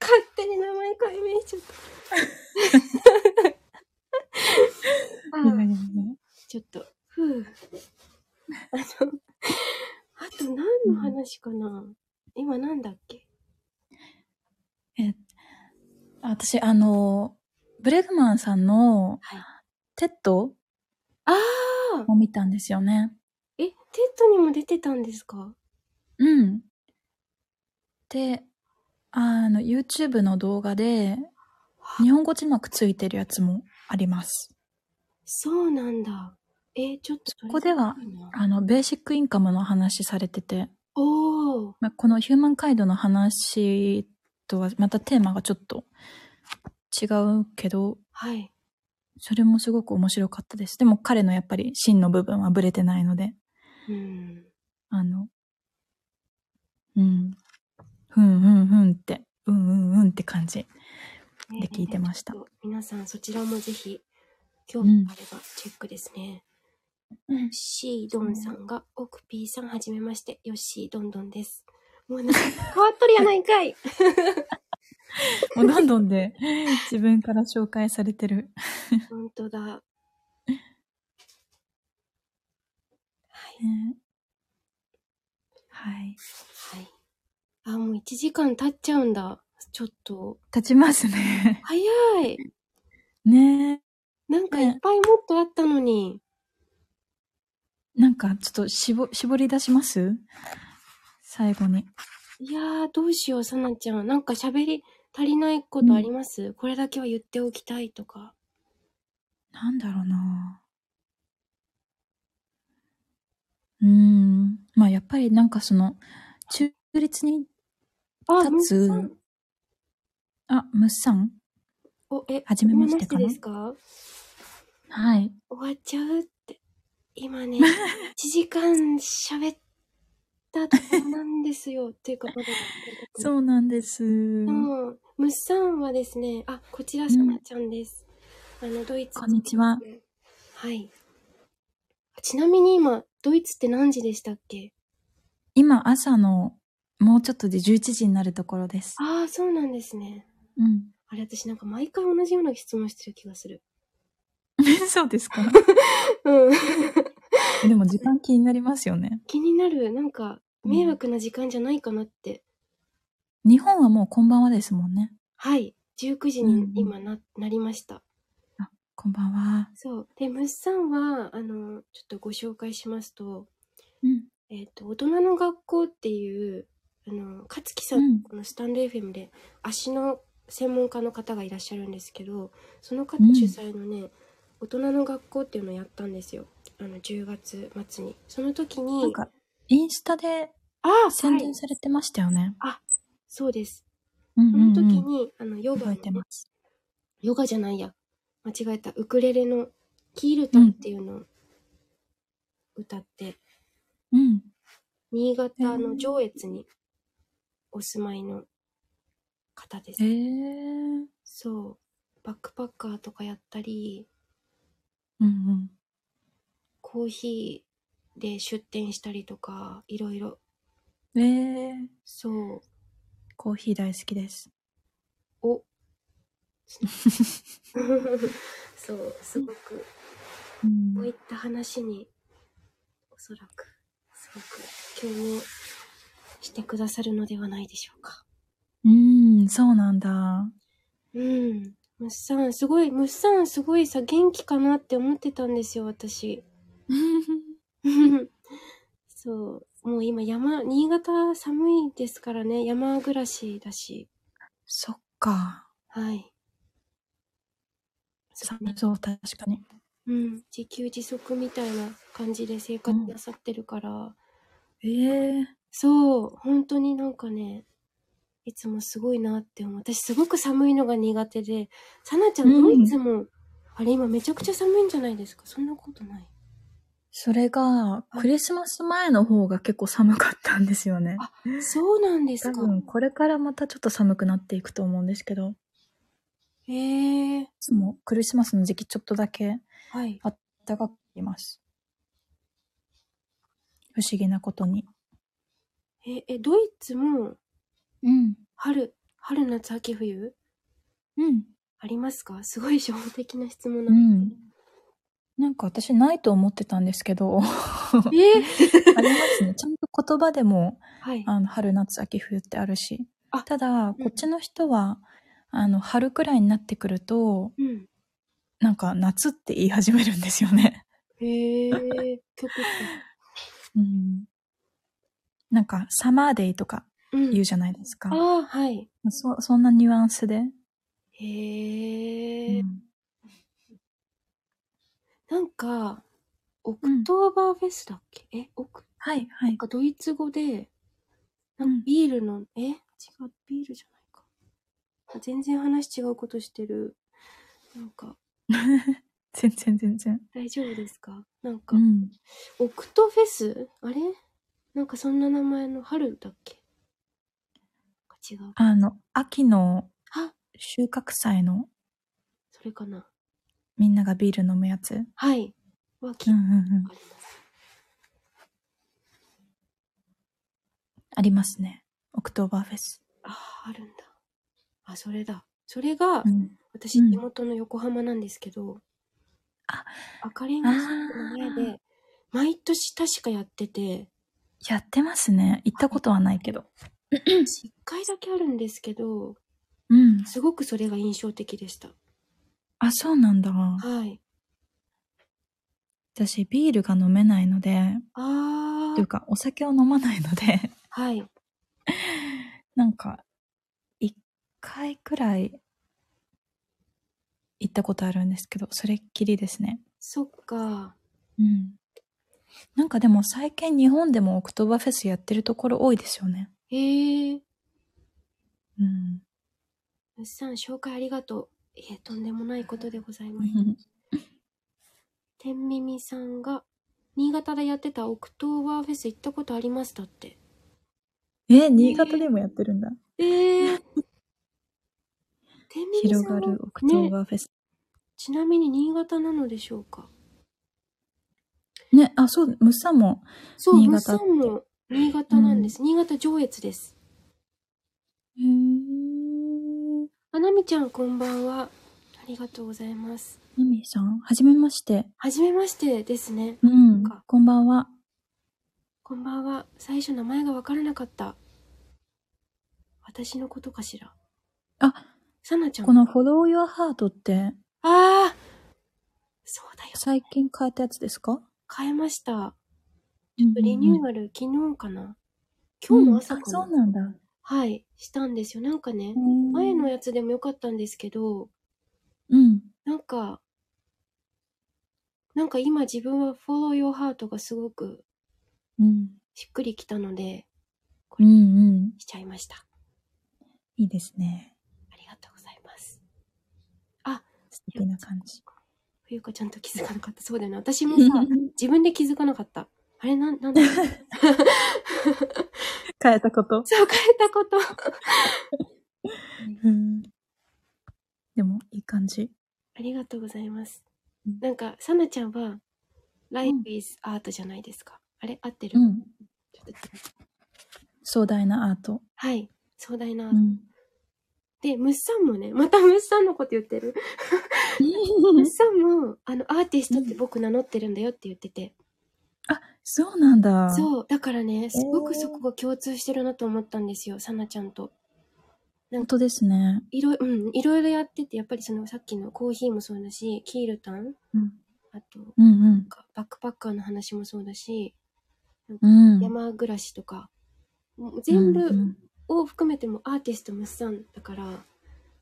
Speaker 1: 勝手に名前解明しちゃ った。あ
Speaker 2: いや
Speaker 1: ー
Speaker 2: いやいや
Speaker 1: ちょっと、ふう。あの、あと何の話かな、今なんだっけ
Speaker 2: 私、あの、ブレグマンさんの
Speaker 1: はい、
Speaker 2: テッド
Speaker 1: ああ
Speaker 2: を見たんですよね。
Speaker 1: え、テッドにも出てたんですか
Speaker 2: うん。で、あの、YouTube の動画で、日本語字幕ついてるやつもあります。
Speaker 1: そうなんだ。え、ちょっとそれ
Speaker 2: ここでは
Speaker 1: すごいな
Speaker 2: あの、ベーシックインカムの話されてて、
Speaker 1: おー、
Speaker 2: まあ、このヒューマンカイドの話とはまたテーマがちょっと違うけど、
Speaker 1: はい。
Speaker 2: それもすごく面白かったです。でも彼のやっぱり真の部分はブレてないので、
Speaker 1: うん。
Speaker 2: あの、うん、ふんふんふんって、うんうんうんって感じ。
Speaker 1: ね
Speaker 2: で聞いてました
Speaker 1: ちょっと皆さんそちらもぜひ、興味があればチェックですね。シードンさんが、オクピーさんはじめまして、ヨッシードンドンです。もうなんか変わっとるやないか い
Speaker 2: もうどんどんで自分から紹介されてる。
Speaker 1: 本当だ。はい。
Speaker 2: ねはい。
Speaker 1: はい。あ、もう1時間経っちゃうんだ。ちょっと。
Speaker 2: 立ちますね。
Speaker 1: 早い。
Speaker 2: ね
Speaker 1: なんかい
Speaker 2: ね
Speaker 1: っぱいもっとあったのに。
Speaker 2: なんかちょっと絞絞り出します最後に。
Speaker 1: いやー、どうしよう、さなちゃん。なんか喋り足りないことあります、これだけは言っておきたいとか。
Speaker 2: なんだろうなうーん。まあやっぱりなんかその、中立に、
Speaker 1: あ、
Speaker 2: 立つ
Speaker 1: むっさん
Speaker 2: あ、ムッサン
Speaker 1: お、え、
Speaker 2: はじめまして
Speaker 1: 初
Speaker 2: か
Speaker 1: め
Speaker 2: な
Speaker 1: ですか
Speaker 2: はい。
Speaker 1: 終わっちゃうって。今ね、1時 間喋ったとこなんですよ。っていうか、まだ。
Speaker 2: そうなんです。
Speaker 1: でも、ムッサンはですね、あ、こちらさなちゃんです。あの、ドイツ
Speaker 2: こんにちは。
Speaker 1: はい。ちなみに今、ドイツって何時でしたっけ
Speaker 2: 今朝の、もうちょっとで11時になるところです。
Speaker 1: ああ、そうなんですね。
Speaker 2: うん。
Speaker 1: あれ、私なんか毎回同じような質問してる気がする。
Speaker 2: そうですか。
Speaker 1: うん。
Speaker 2: でも時間気になりますよね。
Speaker 1: 気になる。なんか、迷惑な時間じゃないかなって。
Speaker 2: 日本はもうこんばんはですもんね。
Speaker 1: はい。19時
Speaker 2: うんう
Speaker 1: に
Speaker 2: ん
Speaker 1: 今な、なりました。
Speaker 2: こんばんは。
Speaker 1: そう。で、ムッサンは、あの、ちょっとご紹介しますと、
Speaker 2: うん。
Speaker 1: えっ、と、大人の学校っていう、あの、勝木さん、
Speaker 2: うん
Speaker 1: このスタンド FM で足の専門家の方がいらっしゃるんですけど、その方
Speaker 2: うん
Speaker 1: 主催のね、大人の学校っていうのをやったんですよ。あの、10月末に。その時に、
Speaker 2: なんか、インスタで
Speaker 1: ああ、
Speaker 2: 宣
Speaker 1: はい
Speaker 2: 伝されてましたよね。
Speaker 1: そうです。
Speaker 2: うん
Speaker 1: その
Speaker 2: うん、うん。
Speaker 1: 時に、あの、ヨガの
Speaker 2: 覚
Speaker 1: ね、
Speaker 2: えてます。
Speaker 1: ヨガじゃないや。間違えた。ウクレレのキールタンっていうのを歌って、
Speaker 2: うん。
Speaker 1: 新潟
Speaker 2: へ
Speaker 1: の
Speaker 2: ー
Speaker 1: 上越にお住まいの方です
Speaker 2: へ。え。
Speaker 1: そう。バックパッカーとかやったり、
Speaker 2: うんうん。
Speaker 1: コーヒーで出店したりとか、いろいろ。
Speaker 2: えー、
Speaker 1: そう。
Speaker 2: コーヒー大好きです。
Speaker 1: お。そう、すごく。
Speaker 2: うん
Speaker 1: こういった話に、おそらく、すごく共鳴してくださるのではないでしょうか。
Speaker 2: うん、そうなん だ。
Speaker 1: うん。ムッサン、すごい、ムッサン、すごいさ、元気かなって思ってたんですよ、私。 そう。もう今山、新潟寒いですからね、山暮らしだし。
Speaker 2: そっか。
Speaker 1: はい。そうね
Speaker 2: 寒そう、確かに。
Speaker 1: うん。自給自足みたいな感じで生活なさってるから、
Speaker 2: ええ
Speaker 1: そう、本当になんかね、いつもすごいなって思う。私すごく寒いのが苦手で、さなちゃん
Speaker 2: うん
Speaker 1: ドイツも、あれ今めちゃくちゃ寒いんじゃないですかそんなことない。
Speaker 2: それが、クリスマス前の方が結構寒かったんですよね。
Speaker 1: あそうなんです
Speaker 2: 多
Speaker 1: か。
Speaker 2: 分、これからまたちょっと寒くなっていくと思うんですけど、い
Speaker 1: へえー、
Speaker 2: つもクリスマスの時期ちょっとだけ
Speaker 1: はい。
Speaker 2: 暖かくいます。不思議なことに。
Speaker 1: え、え、ドイツも
Speaker 2: うん。
Speaker 1: 春、春夏秋冬
Speaker 2: うん。
Speaker 1: ありますかすごい初歩的な質問な
Speaker 2: うんん。なんか私ないと思ってたんですけ ど、あ
Speaker 1: だ。えー、
Speaker 2: りますね。ちゃんと言葉でも、
Speaker 1: はい。
Speaker 2: あの春夏秋冬ってあるし
Speaker 1: あ
Speaker 2: ただこっちの人は、あの春くらいになってくると
Speaker 1: うん。
Speaker 2: なんか夏って言い始めるんですよね、
Speaker 1: へえー、曲か。
Speaker 2: うん、なんかサマーデイとか
Speaker 1: うん
Speaker 2: 言う。じゃないですか、ま
Speaker 1: ああ、はい。
Speaker 2: あそそんなニュアンスで、
Speaker 1: へ
Speaker 2: う
Speaker 1: えー。
Speaker 2: ん、
Speaker 1: なんか、オクトーバーフェスだっけ、え、オク、
Speaker 2: はいはい
Speaker 1: なんかドイツ語で、な
Speaker 2: うん
Speaker 1: か
Speaker 2: ん
Speaker 1: ビールの、え違う、ビールじゃないか。あ全然話違うことしてる。なんか、
Speaker 2: 全然全然、
Speaker 1: 大丈夫ですかなんか、
Speaker 2: うん、
Speaker 1: オクトフェスあれなんかそんな名前の春だっけか違う。
Speaker 2: あの秋の
Speaker 1: あ、
Speaker 2: 収穫祭の
Speaker 1: それかな。
Speaker 2: みんながビール飲むやつ、
Speaker 1: はい。は、き
Speaker 2: う
Speaker 1: っ
Speaker 2: んう
Speaker 1: と
Speaker 2: んうん
Speaker 1: あ、ります。
Speaker 2: ありますねオクトーバーフェス、
Speaker 1: ああ、あるんだ。あ、それだ。それが、
Speaker 2: うん、
Speaker 1: 私、
Speaker 2: うん
Speaker 1: 地元の横浜なんですけど、
Speaker 2: あ
Speaker 1: 赤レンガ倉庫の前
Speaker 2: あ
Speaker 1: で、毎年確かやってて、
Speaker 2: やってますね行ったことはないけど
Speaker 1: 一回だけあるんですけど、
Speaker 2: うん
Speaker 1: すごくそれが印象的でした。
Speaker 2: あ、そうなんだ。
Speaker 1: はい。
Speaker 2: 私、ビールが飲めないので、
Speaker 1: あ
Speaker 2: という
Speaker 1: ー、
Speaker 2: か、お酒を飲まないので、
Speaker 1: はい。
Speaker 2: なんか、一回くらい行ったことあるんですけど、それっきりですね。
Speaker 1: そっか。
Speaker 2: うん。なんかでも最近日本でもオクトーバーフェスやってるところ多いですよね。
Speaker 1: えー、
Speaker 2: うん。
Speaker 1: 物産紹介ありがとう。いえ、とんでもないことでございます。天耳さんが、新潟でやってたオクトーバーフェス行ったことありますだって。
Speaker 2: え、新潟でもやってるんだ。
Speaker 1: えー。天耳さ
Speaker 2: 広
Speaker 1: んは
Speaker 2: がるオクトー
Speaker 1: ね、
Speaker 2: バーフェス。
Speaker 1: ちなみに新潟なのでしょうか
Speaker 2: ね、あ、そう、ムッサンも。
Speaker 1: そう、
Speaker 2: 新
Speaker 1: 新潟
Speaker 2: 潟
Speaker 1: さんも新潟なんです。新潟上越です。
Speaker 2: へー
Speaker 1: あなみちゃん、こんばんは。ありがとうございます。
Speaker 2: ミミさん、はじめまして。
Speaker 1: はじめましてですね。
Speaker 2: うん
Speaker 1: か。
Speaker 2: こんばんは。
Speaker 1: こんばんは。最初名前がわからなかった。私のことかしら。
Speaker 2: あ、
Speaker 1: さなちゃん。
Speaker 2: この Follow Your Heart って
Speaker 1: ああそうだよ。
Speaker 2: 最近変えたやつですか
Speaker 1: 変えました。リ
Speaker 2: リ
Speaker 1: ニュ
Speaker 2: ー
Speaker 1: ーアル、昨日かな今日も朝かな、
Speaker 2: そうなんだ。ね
Speaker 1: はい、したんですよ。なんかね、前のやつでもよかったんですけど、
Speaker 2: うん。
Speaker 1: なんか、なんか今自分は Follow Your Heart がすごく
Speaker 2: うん。
Speaker 1: しっくりきたので、こ
Speaker 2: う
Speaker 1: れ
Speaker 2: ん
Speaker 1: に
Speaker 2: うん。
Speaker 1: しちゃいました。
Speaker 2: いいですね。
Speaker 1: ありがとうございます。
Speaker 2: 素敵な感じ。
Speaker 1: 冬香ちゃんと気づかなかった。そうだよね。私もさ、自分で気づかなかった。あれ、なん、なんだろ う。
Speaker 2: 変えたこと。
Speaker 1: そう、変えたこと。
Speaker 2: うん。でも、いい感じ。
Speaker 1: ありがとうございます
Speaker 2: うん。
Speaker 1: なんか、さなちゃんは、
Speaker 2: う
Speaker 1: Life
Speaker 2: ん
Speaker 1: is Art じゃないですか。あれ合ってる、
Speaker 2: うん。
Speaker 1: ちょっと
Speaker 2: 壮大なアート。
Speaker 1: はい。壮大な。
Speaker 2: うん。
Speaker 1: で、ムッサンもね、またムッサンのこと言ってる。ムッサンも、あの、アーティストって僕名乗ってるんだよって言ってて。
Speaker 2: そうなんだ。う。
Speaker 1: そう。だからね、すごくそこが共通してるなと思ったんですよ、さなちゃんと。
Speaker 2: 本当ですね。
Speaker 1: いろい、うん、いろいろやってて、やっぱりそのさっきのコーヒーもそうだし、キールタン、
Speaker 2: うん。
Speaker 1: あと、なん
Speaker 2: うん
Speaker 1: かバックパッカーの話もそうだし、
Speaker 2: うん。うん。
Speaker 1: 山暮らしとか、もう全
Speaker 2: う
Speaker 1: 部
Speaker 2: ん
Speaker 1: を含めてもアーティストムッサンだから、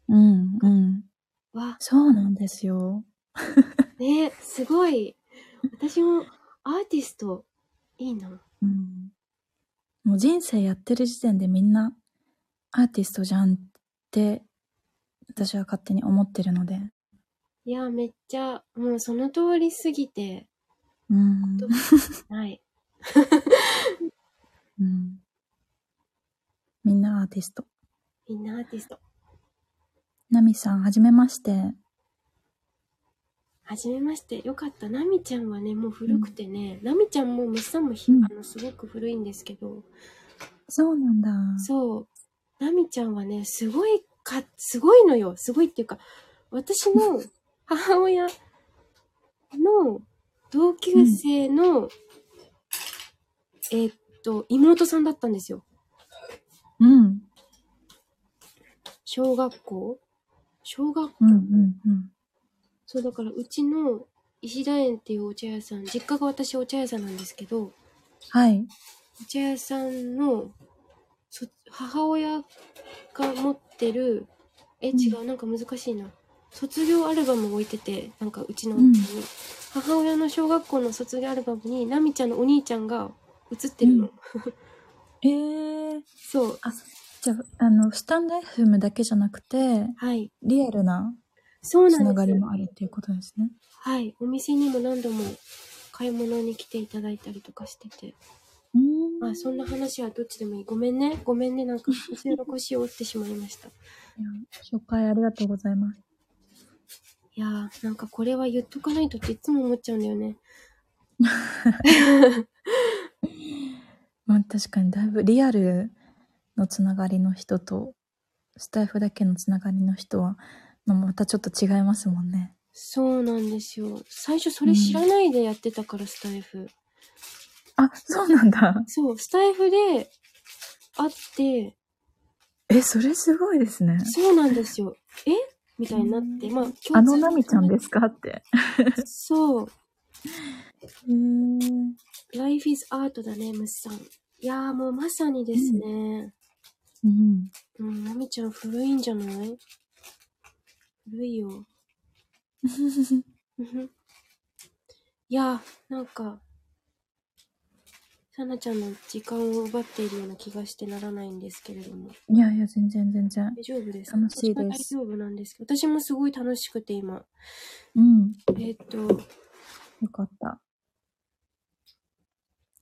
Speaker 2: うん。うん。
Speaker 1: わ、
Speaker 2: そうなんですよ。
Speaker 1: ね、すごい。私もアーティスト、いいな。
Speaker 2: うん。もう人生やってる時点でみんなアーティストじゃんって私は勝手に思ってるので。
Speaker 1: いや、めっちゃ、もうその通りすぎて、
Speaker 2: うん。
Speaker 1: とない。
Speaker 2: うん、みんなアーティスト。
Speaker 1: みんなアーティスト。
Speaker 2: ナミさん、はじめまして。
Speaker 1: はじめまして。よかった。ナミちゃんはね、もう古くてね、ナミちゃんもムッサンもひ、
Speaker 2: うん
Speaker 1: あの、すごく古いんですけど、
Speaker 2: そうなんだ。
Speaker 1: そう。ナミちゃんはね、すごいか、すごいのよ。すごいっていうか、私 の母親の同級生の、えーっと、妹さんだったんですよ。
Speaker 2: うん。
Speaker 1: 小学校小学校、
Speaker 2: うんうんうん。
Speaker 1: そうだからうちの石田園っていうお茶屋さん、実家が私お茶屋さんなんですけど、
Speaker 2: はい。
Speaker 1: お茶屋さんのそ母親が持ってるえ
Speaker 2: うん
Speaker 1: 違うなんか難しいな卒業アルバムを置いててなんかうちのお
Speaker 2: うん
Speaker 1: 家に、母親の小学校の卒業アルバムに奈美ちゃんのお兄ちゃんが写ってるの、
Speaker 2: うんえー、
Speaker 1: そう
Speaker 2: じゃあ、あの、スタンド FM だけじゃなくて、
Speaker 1: はい
Speaker 2: リアルな
Speaker 1: そう
Speaker 2: つ
Speaker 1: な
Speaker 2: なんが
Speaker 1: で
Speaker 2: り
Speaker 1: す
Speaker 2: もあるっていうことですね。
Speaker 1: はいお店にも何度も買い物に来ていただいたりとかしてて
Speaker 2: うん。
Speaker 1: まあそんな話はどっちでもいいごめんねごめんねなん か収録し終わってしまいました
Speaker 2: 紹介ありがとうございます。
Speaker 1: いやーなんかこれは言っとかないとっていつも思っちゃうんだよね
Speaker 2: まあ、確かにだいぶリアルのつながりの人とスタイフだけのつながりの人はまあまたちょっと違いますもんね。
Speaker 1: そうなんですよ。最初それ知らないでやってたから、スタイフ。
Speaker 2: あそうなんだ。
Speaker 1: そう、スタイフで会って、
Speaker 2: えそれすごいですね。
Speaker 1: そうなんですよ。えみたいになって、まあ、。
Speaker 2: あのナミちゃんですすかって。
Speaker 1: そう。
Speaker 2: へー
Speaker 1: Life is Art だね、ムスさん。いやーもうまさにですね。
Speaker 2: うん、
Speaker 1: うん、ナミちゃん古いんじゃない古い よ。うふんいやー、なんか、さなちゃんの時間を奪っているような気がしてならないんですけれども。
Speaker 2: いやいや全然全然。
Speaker 1: 大丈夫です。
Speaker 2: 楽しいです
Speaker 1: 私は大丈夫なんですけど、私もすごい楽しくて今。
Speaker 2: うん
Speaker 1: えーっ、と、
Speaker 2: よかった。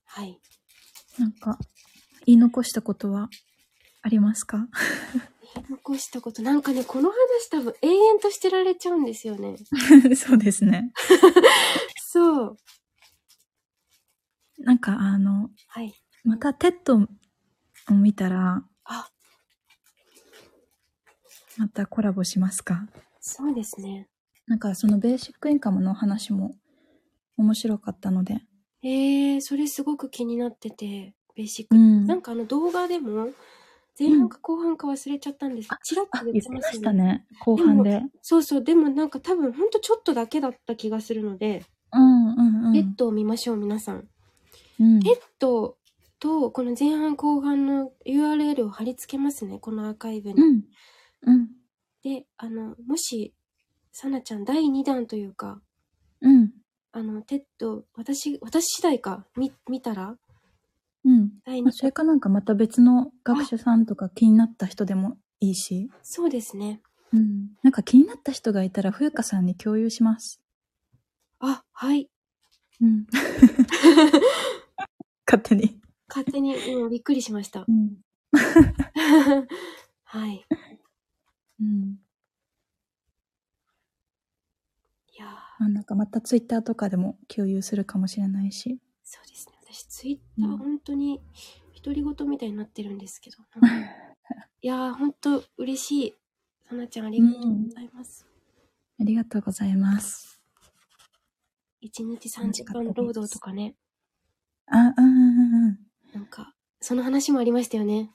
Speaker 1: はい。
Speaker 2: なんか言い残したことはありますか
Speaker 1: 言い残したこと、なんかね、この話多分永遠としてられちゃうんですよ ね。
Speaker 2: そうですね。
Speaker 1: そう。
Speaker 2: なんかあの
Speaker 1: はい。
Speaker 2: またテッドを見たら
Speaker 1: あ、
Speaker 2: またコラボしますか
Speaker 1: そうですね。
Speaker 2: なんかそのベーシックインカムの話も面白かったので。
Speaker 1: ええー、それすごく気になってて、ベーシック。
Speaker 2: うん。
Speaker 1: なんかあの動画でも、前半か後半か忘れちゃったんです。ちらっ
Speaker 2: あ
Speaker 1: と、
Speaker 2: 言
Speaker 1: 出
Speaker 2: ってて
Speaker 1: ま
Speaker 2: ますし
Speaker 1: よ
Speaker 2: た
Speaker 1: ね。
Speaker 2: ね。後半で。
Speaker 1: そうそう、でもなんか多分ほんとちょっとだけだった気がするので、
Speaker 2: うんうんうん。
Speaker 1: ペットを見ましょう、皆さん。
Speaker 2: うん
Speaker 1: ペットと、この前半後半の URL を貼り付けますね、このアーカイブに。
Speaker 2: うん。うん。
Speaker 1: で、あの、もし、さなちゃん第2弾というか、
Speaker 2: うん。
Speaker 1: あの、テッド、私、私次第か、見、見たら
Speaker 2: うん。
Speaker 1: 第
Speaker 2: ま
Speaker 1: 2
Speaker 2: あ、それかなんかまた別の学者さんとか気になった人でもいいし。
Speaker 1: そうですね。
Speaker 2: うん。なんか気になった人がいたら、冬香さんに共有します。
Speaker 1: あ、 はい。
Speaker 2: うん。勝手に。
Speaker 1: 勝手に、うん、びっくりしました
Speaker 2: う。ん。
Speaker 1: はい。
Speaker 2: うん。
Speaker 1: いやー
Speaker 2: まあ、なんかまたツイッターとかでも共有するかもしれないし。
Speaker 1: そうですね。私、ツイッタ
Speaker 2: う
Speaker 1: ー、
Speaker 2: ん
Speaker 1: 本当に、独り言みたいになってるんですけど。なん かいやー、本当嬉しい。さなちゃん、ありがとうございます。
Speaker 2: ありがとうございます。
Speaker 1: 一日3時間労働とかね。
Speaker 2: あ、うんうんうん。
Speaker 1: なんか、その話もありましたよね。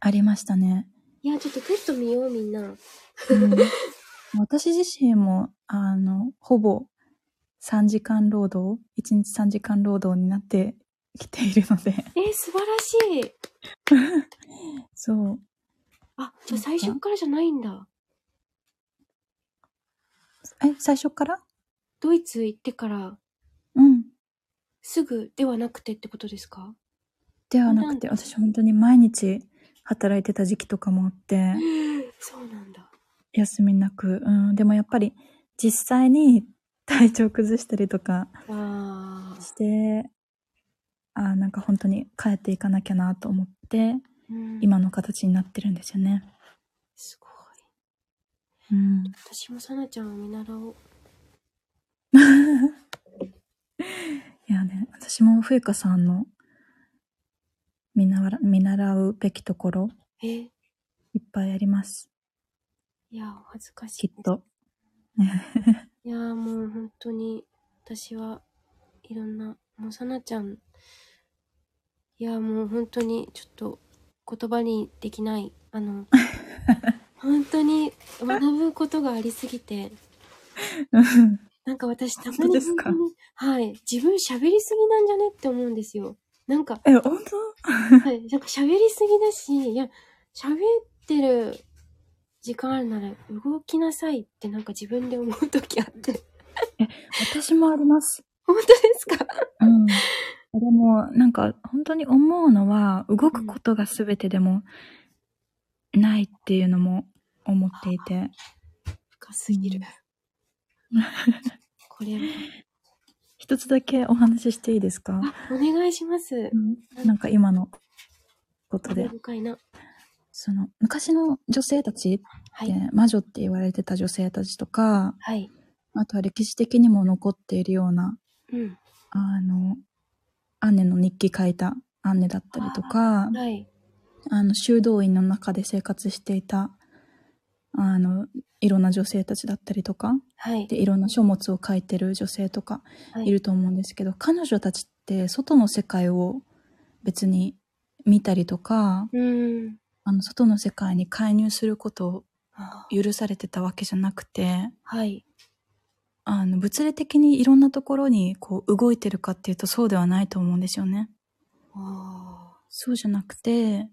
Speaker 2: ありましたね。
Speaker 1: いやー、ちょっとテスト見よう、みんな。
Speaker 2: うん、私自身も、あの、ほぼ3時間労働、1日3時間労働になってきているので、
Speaker 1: えー、素晴らしい。
Speaker 2: そう、
Speaker 1: あ、じゃあ最初からじゃないんだ。
Speaker 2: え、最初から
Speaker 1: ドイツ行ってから
Speaker 2: うん。
Speaker 1: すぐではなくてってことです か
Speaker 2: ではなくて、私本当に毎日働いてた時期とかもあって、
Speaker 1: そうなんだ。
Speaker 2: 休みなく、うん、でもやっぱり実際に体調崩したりとか
Speaker 1: ああ。
Speaker 2: して、あーなんか本当に帰っていかなきゃなと思って、
Speaker 1: うん、
Speaker 2: 今の形になってるんですよね。
Speaker 1: すごい。
Speaker 2: うん。
Speaker 1: 私もさなちゃんを見習おう。
Speaker 2: いやね、私も冬香さんの見習見習うべきところ
Speaker 1: えー
Speaker 2: いっぱいあります。
Speaker 1: いや、お恥ずかし
Speaker 2: き
Speaker 1: い
Speaker 2: っ。と。
Speaker 1: いやー、もう本当に、私はいろんな、もうさなちゃん、いやー、もう本当に、ちょっと、言葉にできない、あの、 本当に学ぶことがありすぎて、なんか私たま
Speaker 2: 本当
Speaker 1: に
Speaker 2: ですか、
Speaker 1: 本当にはい、自分喋りすぎなんじゃねって思うんですよ。なんか
Speaker 2: え、本当
Speaker 1: はい、なんか喋りすぎだし、いや、喋ってる時間あるなら動きなさいってなんか自分で思うときあって。
Speaker 2: 私もあります。
Speaker 1: 本当ですか
Speaker 2: うん。でも、なんか本当に思うのは、動くことが全てでもないっていうのも思っていて。
Speaker 1: 深すぎる。
Speaker 2: うん
Speaker 1: これは、
Speaker 2: 一つだけお話ししていいですか、
Speaker 1: あ、お願いします
Speaker 2: う。ん、なんか今のことで。
Speaker 1: 深いな。
Speaker 2: その、昔の女性たち
Speaker 1: は
Speaker 2: で
Speaker 1: い。
Speaker 2: 魔女って言われてた女性たちとか、
Speaker 1: はい。
Speaker 2: あとは歴史的にも残っているような、
Speaker 1: うん。
Speaker 2: あの、アンネの日記書いたアンネだったりとか、
Speaker 1: はい。
Speaker 2: あの、修道院の中で生活していた、あの、いろんな女性たちだったりとか、
Speaker 1: はい。
Speaker 2: で、いろんな書物を書いてる女性とか
Speaker 1: はい
Speaker 2: いると思うんですけど、彼女たちって外の世界を別に見たりとか、
Speaker 1: うん。
Speaker 2: あの、外の世界に介入することを
Speaker 1: あ
Speaker 2: 許されてたわけじゃなくて、
Speaker 1: はい。
Speaker 2: あの、物理的にいろんなところにこう動いてるかっていうとそうではないと思うんですよね。
Speaker 1: あ
Speaker 2: そうじゃなくて、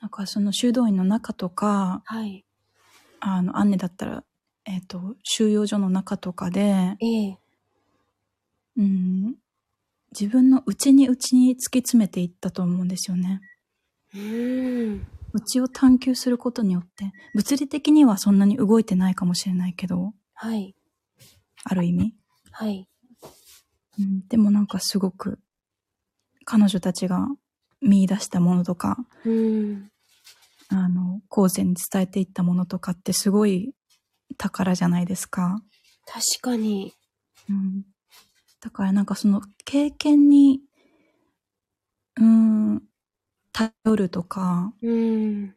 Speaker 2: なんかその修道院の中とか、
Speaker 1: ーはい。
Speaker 2: あの、アンネだったら、えっ、と、収容所の中とかで、
Speaker 1: ええ。
Speaker 2: うん、自分の内に内に突き詰めていったと思うんですよね。
Speaker 1: うん。
Speaker 2: 内を探求することによって、物理的にはそんなに動いてないかもしれないけど、
Speaker 1: はい。
Speaker 2: ある意味。
Speaker 1: はい。
Speaker 2: うん、でもなんかすごく、彼女たちが見出したものとか、
Speaker 1: うん。
Speaker 2: あの、後世に伝えていったものとかってすごい宝じゃないですか。
Speaker 1: 確かに。
Speaker 2: うん。だからなんかその経験に、うん、頼るとか、
Speaker 1: うん。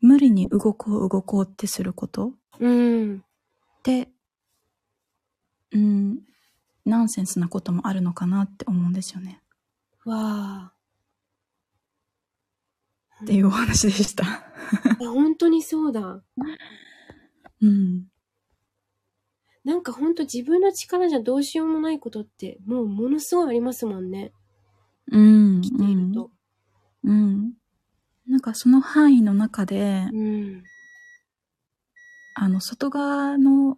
Speaker 2: 無理に動こう動こうってすること、
Speaker 1: うん。
Speaker 2: うん、ナンセンスなこともあるのかなって思うんですよね。
Speaker 1: わあ。
Speaker 2: っていうお話でした。
Speaker 1: いや本当にそうだ。
Speaker 2: うん。
Speaker 1: なんか本当自分の力じゃどうしようもないことって、もうものすごいありますもんね。
Speaker 2: うん。
Speaker 1: 生きていると。
Speaker 2: うん。うん。なんかその範囲の中で、
Speaker 1: うん。
Speaker 2: あの、外側の、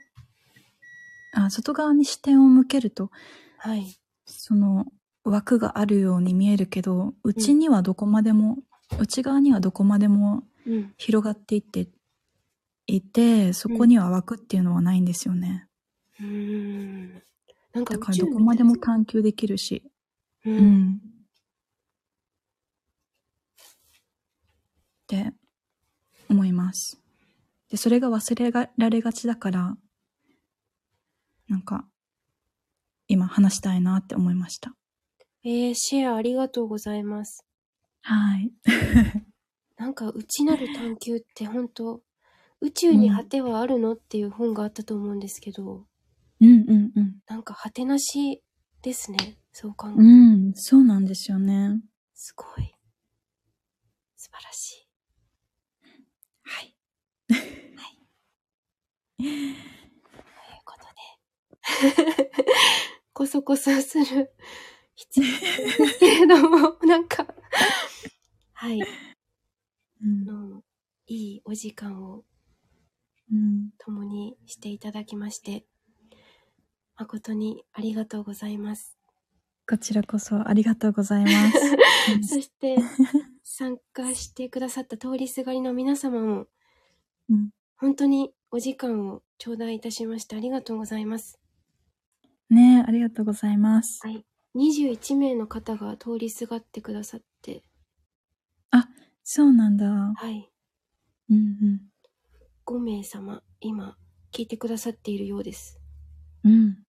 Speaker 2: あ、外側に視点を向けると、
Speaker 1: はい。
Speaker 2: その枠があるように見えるけど、内にはどこまでも、内側にはどこまでも
Speaker 1: うん。
Speaker 2: 広がっていっていて、そこには枠っていうのはないんですよね。
Speaker 1: うーん。なんか
Speaker 2: だ
Speaker 1: 宇
Speaker 2: から
Speaker 1: 宙
Speaker 2: ど
Speaker 1: みたい
Speaker 2: こまでも探求できるし。
Speaker 1: う。
Speaker 2: うんん。って思います。で、それが忘れがられがちだから、なんか、今話したいなって思いました。
Speaker 1: えー、シェアありがとうございます。
Speaker 2: はい。
Speaker 1: なんか内なる探求って本当宇宙に果てはあるのっていう本があったと思うんですけど、
Speaker 2: うんうんうん。
Speaker 1: なんか果てなしですね。そう考えると
Speaker 2: うん、そうなんですよね。
Speaker 1: すごい。素晴らし
Speaker 2: はい。
Speaker 1: い。ということで。こそこそする必要ですけれども、なんか、はい。
Speaker 2: うん
Speaker 1: あのいいお時間を
Speaker 2: うん、
Speaker 1: 共にしていただきまして、誠にありがとうございます。
Speaker 2: こちらこそありがとうございます。
Speaker 1: そして、参加してくださった通りすがりの皆様も、
Speaker 2: うん
Speaker 1: 本当にお時間を頂戴いたしましてありがとうございます。
Speaker 2: ねえありがとうございます。
Speaker 1: はい。21名の方が通りすがってくださって、
Speaker 2: そうなんだ。うん
Speaker 1: はい。
Speaker 2: うん。
Speaker 1: 5名様、今、聞いてくださっているようです。
Speaker 2: うん。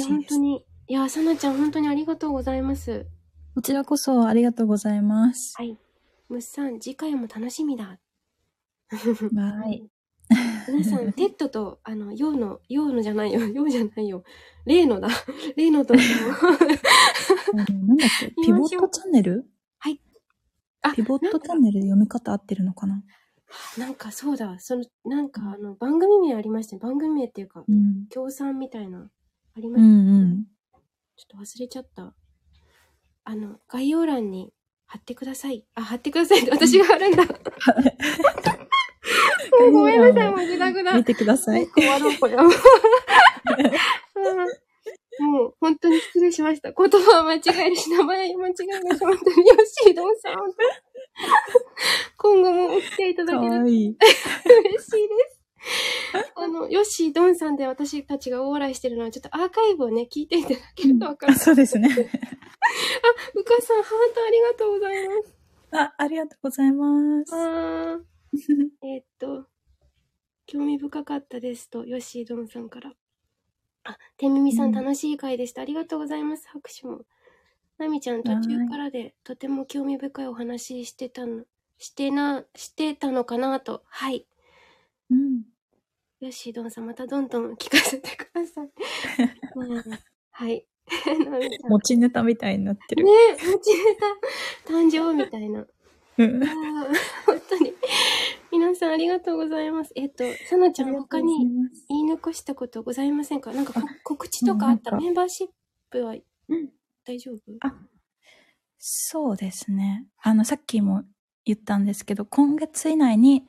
Speaker 1: えー
Speaker 2: しい
Speaker 1: 本
Speaker 2: で
Speaker 1: 当
Speaker 2: す。
Speaker 1: に、いやー、さなちゃん、本当にありがとうございます。
Speaker 2: こちらこそありがとうございます。
Speaker 1: はい。むっさん、次回も楽しみだ。
Speaker 2: は。
Speaker 1: 皆さ ん、テッドと、あの、ヨウの、ヨウのじゃないよ、 ヨウじゃないよ。例のだ。 例の と、
Speaker 2: あのなんだっ けピボットチャンネル
Speaker 1: はい。あ
Speaker 2: ピボットチャンネルで読み方合ってるのかな
Speaker 1: なんかそうだ、その、なんかあの、番組名ありましたね。番組名っていうか
Speaker 2: う、ん。
Speaker 1: 協賛みたいな、ありま
Speaker 2: う
Speaker 1: した。
Speaker 2: んうん。
Speaker 1: ちょっと忘れちゃった。あの、概要欄に貼ってください。あ、貼ってくださいって私が貼るん だ。 ごめんなさい、もうグダグダ。
Speaker 2: 見てください。
Speaker 1: 終わろう、これは。 もう、本当に失礼しました。言葉を間違えるし、名前間違えるし、本当に、よしどうさん、本当に。今後もお付き合いいただ
Speaker 2: か
Speaker 1: ける
Speaker 2: わいい。
Speaker 1: と嬉しいです。あの、よしどんさんで私たちが大笑いしてるのは、ちょっとアーカイブをね、聞いていただけるとわかる
Speaker 2: あ。そうですね。
Speaker 1: うかさん、ハートありがとうございます。
Speaker 2: あ、ありがとうござ います。
Speaker 1: あーえーっと、興味深かったですと、ヨッシードンさんから。あ、てみみさ
Speaker 2: うんん
Speaker 1: 楽しい回でした。ありがとうございます。拍手も。なみちゃん途中からで、とても興味深いお話してたの、してな、してたのかなと。はい。
Speaker 2: うん。
Speaker 1: ヨッシードンさん、またどんどん聞かせてくだ さい。まあはい。 なみちゃん。
Speaker 2: 持ちネタみたいになってる
Speaker 1: ね。え、持ちネタ、誕生みたいな。
Speaker 2: うん
Speaker 1: あー本当に。皆さんありがとうございます。えっと、さなちゃん、他に言い残したことございませんかなんかこ告知とかあった
Speaker 2: なんか
Speaker 1: メンバーシップは
Speaker 2: うん
Speaker 1: 大丈夫
Speaker 2: そうですね。あの、さっきも言ったんですけど、今月以内に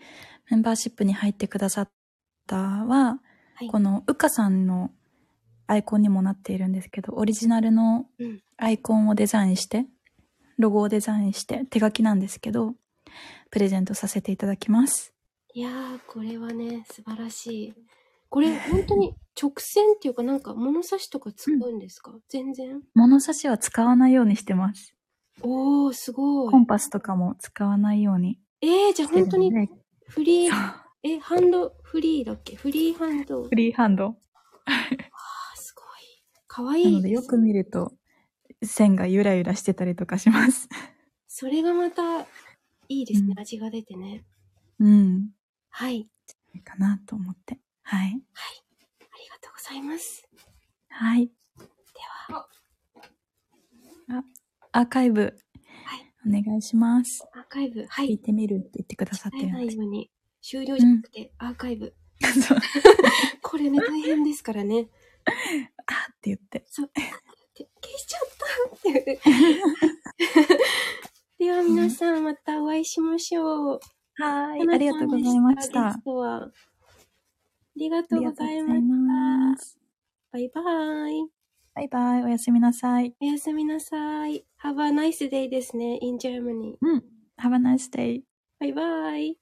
Speaker 2: メンバーシップに入ってくださったは、
Speaker 1: はい
Speaker 2: このうかさんのアイコンにもなっているんですけど、オリジナルの
Speaker 1: うん
Speaker 2: アイコンをデザインして、ロゴをデザインして、手書きなんですけど、プレゼントさせていただきます。
Speaker 1: いやー、これはね、素晴らしい。これ、本当に直線っていうか、なんか物差しとか使うんですか、全然。
Speaker 2: 物差しは使わないようにしてます。
Speaker 1: おー、すごい
Speaker 2: コ。ンパスとかも使わないように
Speaker 1: えー、じゃあ
Speaker 2: して
Speaker 1: 本
Speaker 2: るの
Speaker 1: 当
Speaker 2: で。
Speaker 1: にフリ
Speaker 2: そ
Speaker 1: ー、
Speaker 2: う
Speaker 1: え、ハンド、フリーだっけフリーハンド。
Speaker 2: フリーハンド。
Speaker 1: あー、すごい。かわい。
Speaker 2: ないのでよく見ると線がゆらゆらしてたりとかし ます。
Speaker 1: それがまた、いいですね。
Speaker 2: うん
Speaker 1: 味が出てね。
Speaker 2: うん。
Speaker 1: はい。
Speaker 2: いいかなと思って。はい。
Speaker 1: ありがとうございます。
Speaker 2: はい。
Speaker 1: では、
Speaker 2: アーカイブ、お願いします。
Speaker 1: アーカイブ、は
Speaker 2: 聞
Speaker 1: い
Speaker 2: い。てみるって言ってくださって
Speaker 1: 会え
Speaker 2: る
Speaker 1: な
Speaker 2: の
Speaker 1: い
Speaker 2: で。
Speaker 1: ように、終了じゃなくて、アーカイブ。
Speaker 2: そう。
Speaker 1: これね、大変ですからね。
Speaker 2: あーって言って。
Speaker 1: って消しちゃったって いうねでは皆さんまたお会いしましょう。
Speaker 2: は
Speaker 1: か
Speaker 2: い。
Speaker 1: な
Speaker 2: ありがとうございまし
Speaker 1: ちゃんでゲ。
Speaker 2: た
Speaker 1: ストはありが
Speaker 2: あ
Speaker 1: とう
Speaker 2: り
Speaker 1: ご
Speaker 2: がと
Speaker 1: ざ
Speaker 2: うござ
Speaker 1: い
Speaker 2: い
Speaker 1: ま
Speaker 2: ま
Speaker 1: し
Speaker 2: す。
Speaker 1: た。バイバーイ。
Speaker 2: バイバイ。おやすみなさい。
Speaker 1: おやすみなさい。Have a nice day ですね。in Germany.
Speaker 2: うん。Have a nice day.
Speaker 1: バイバイ。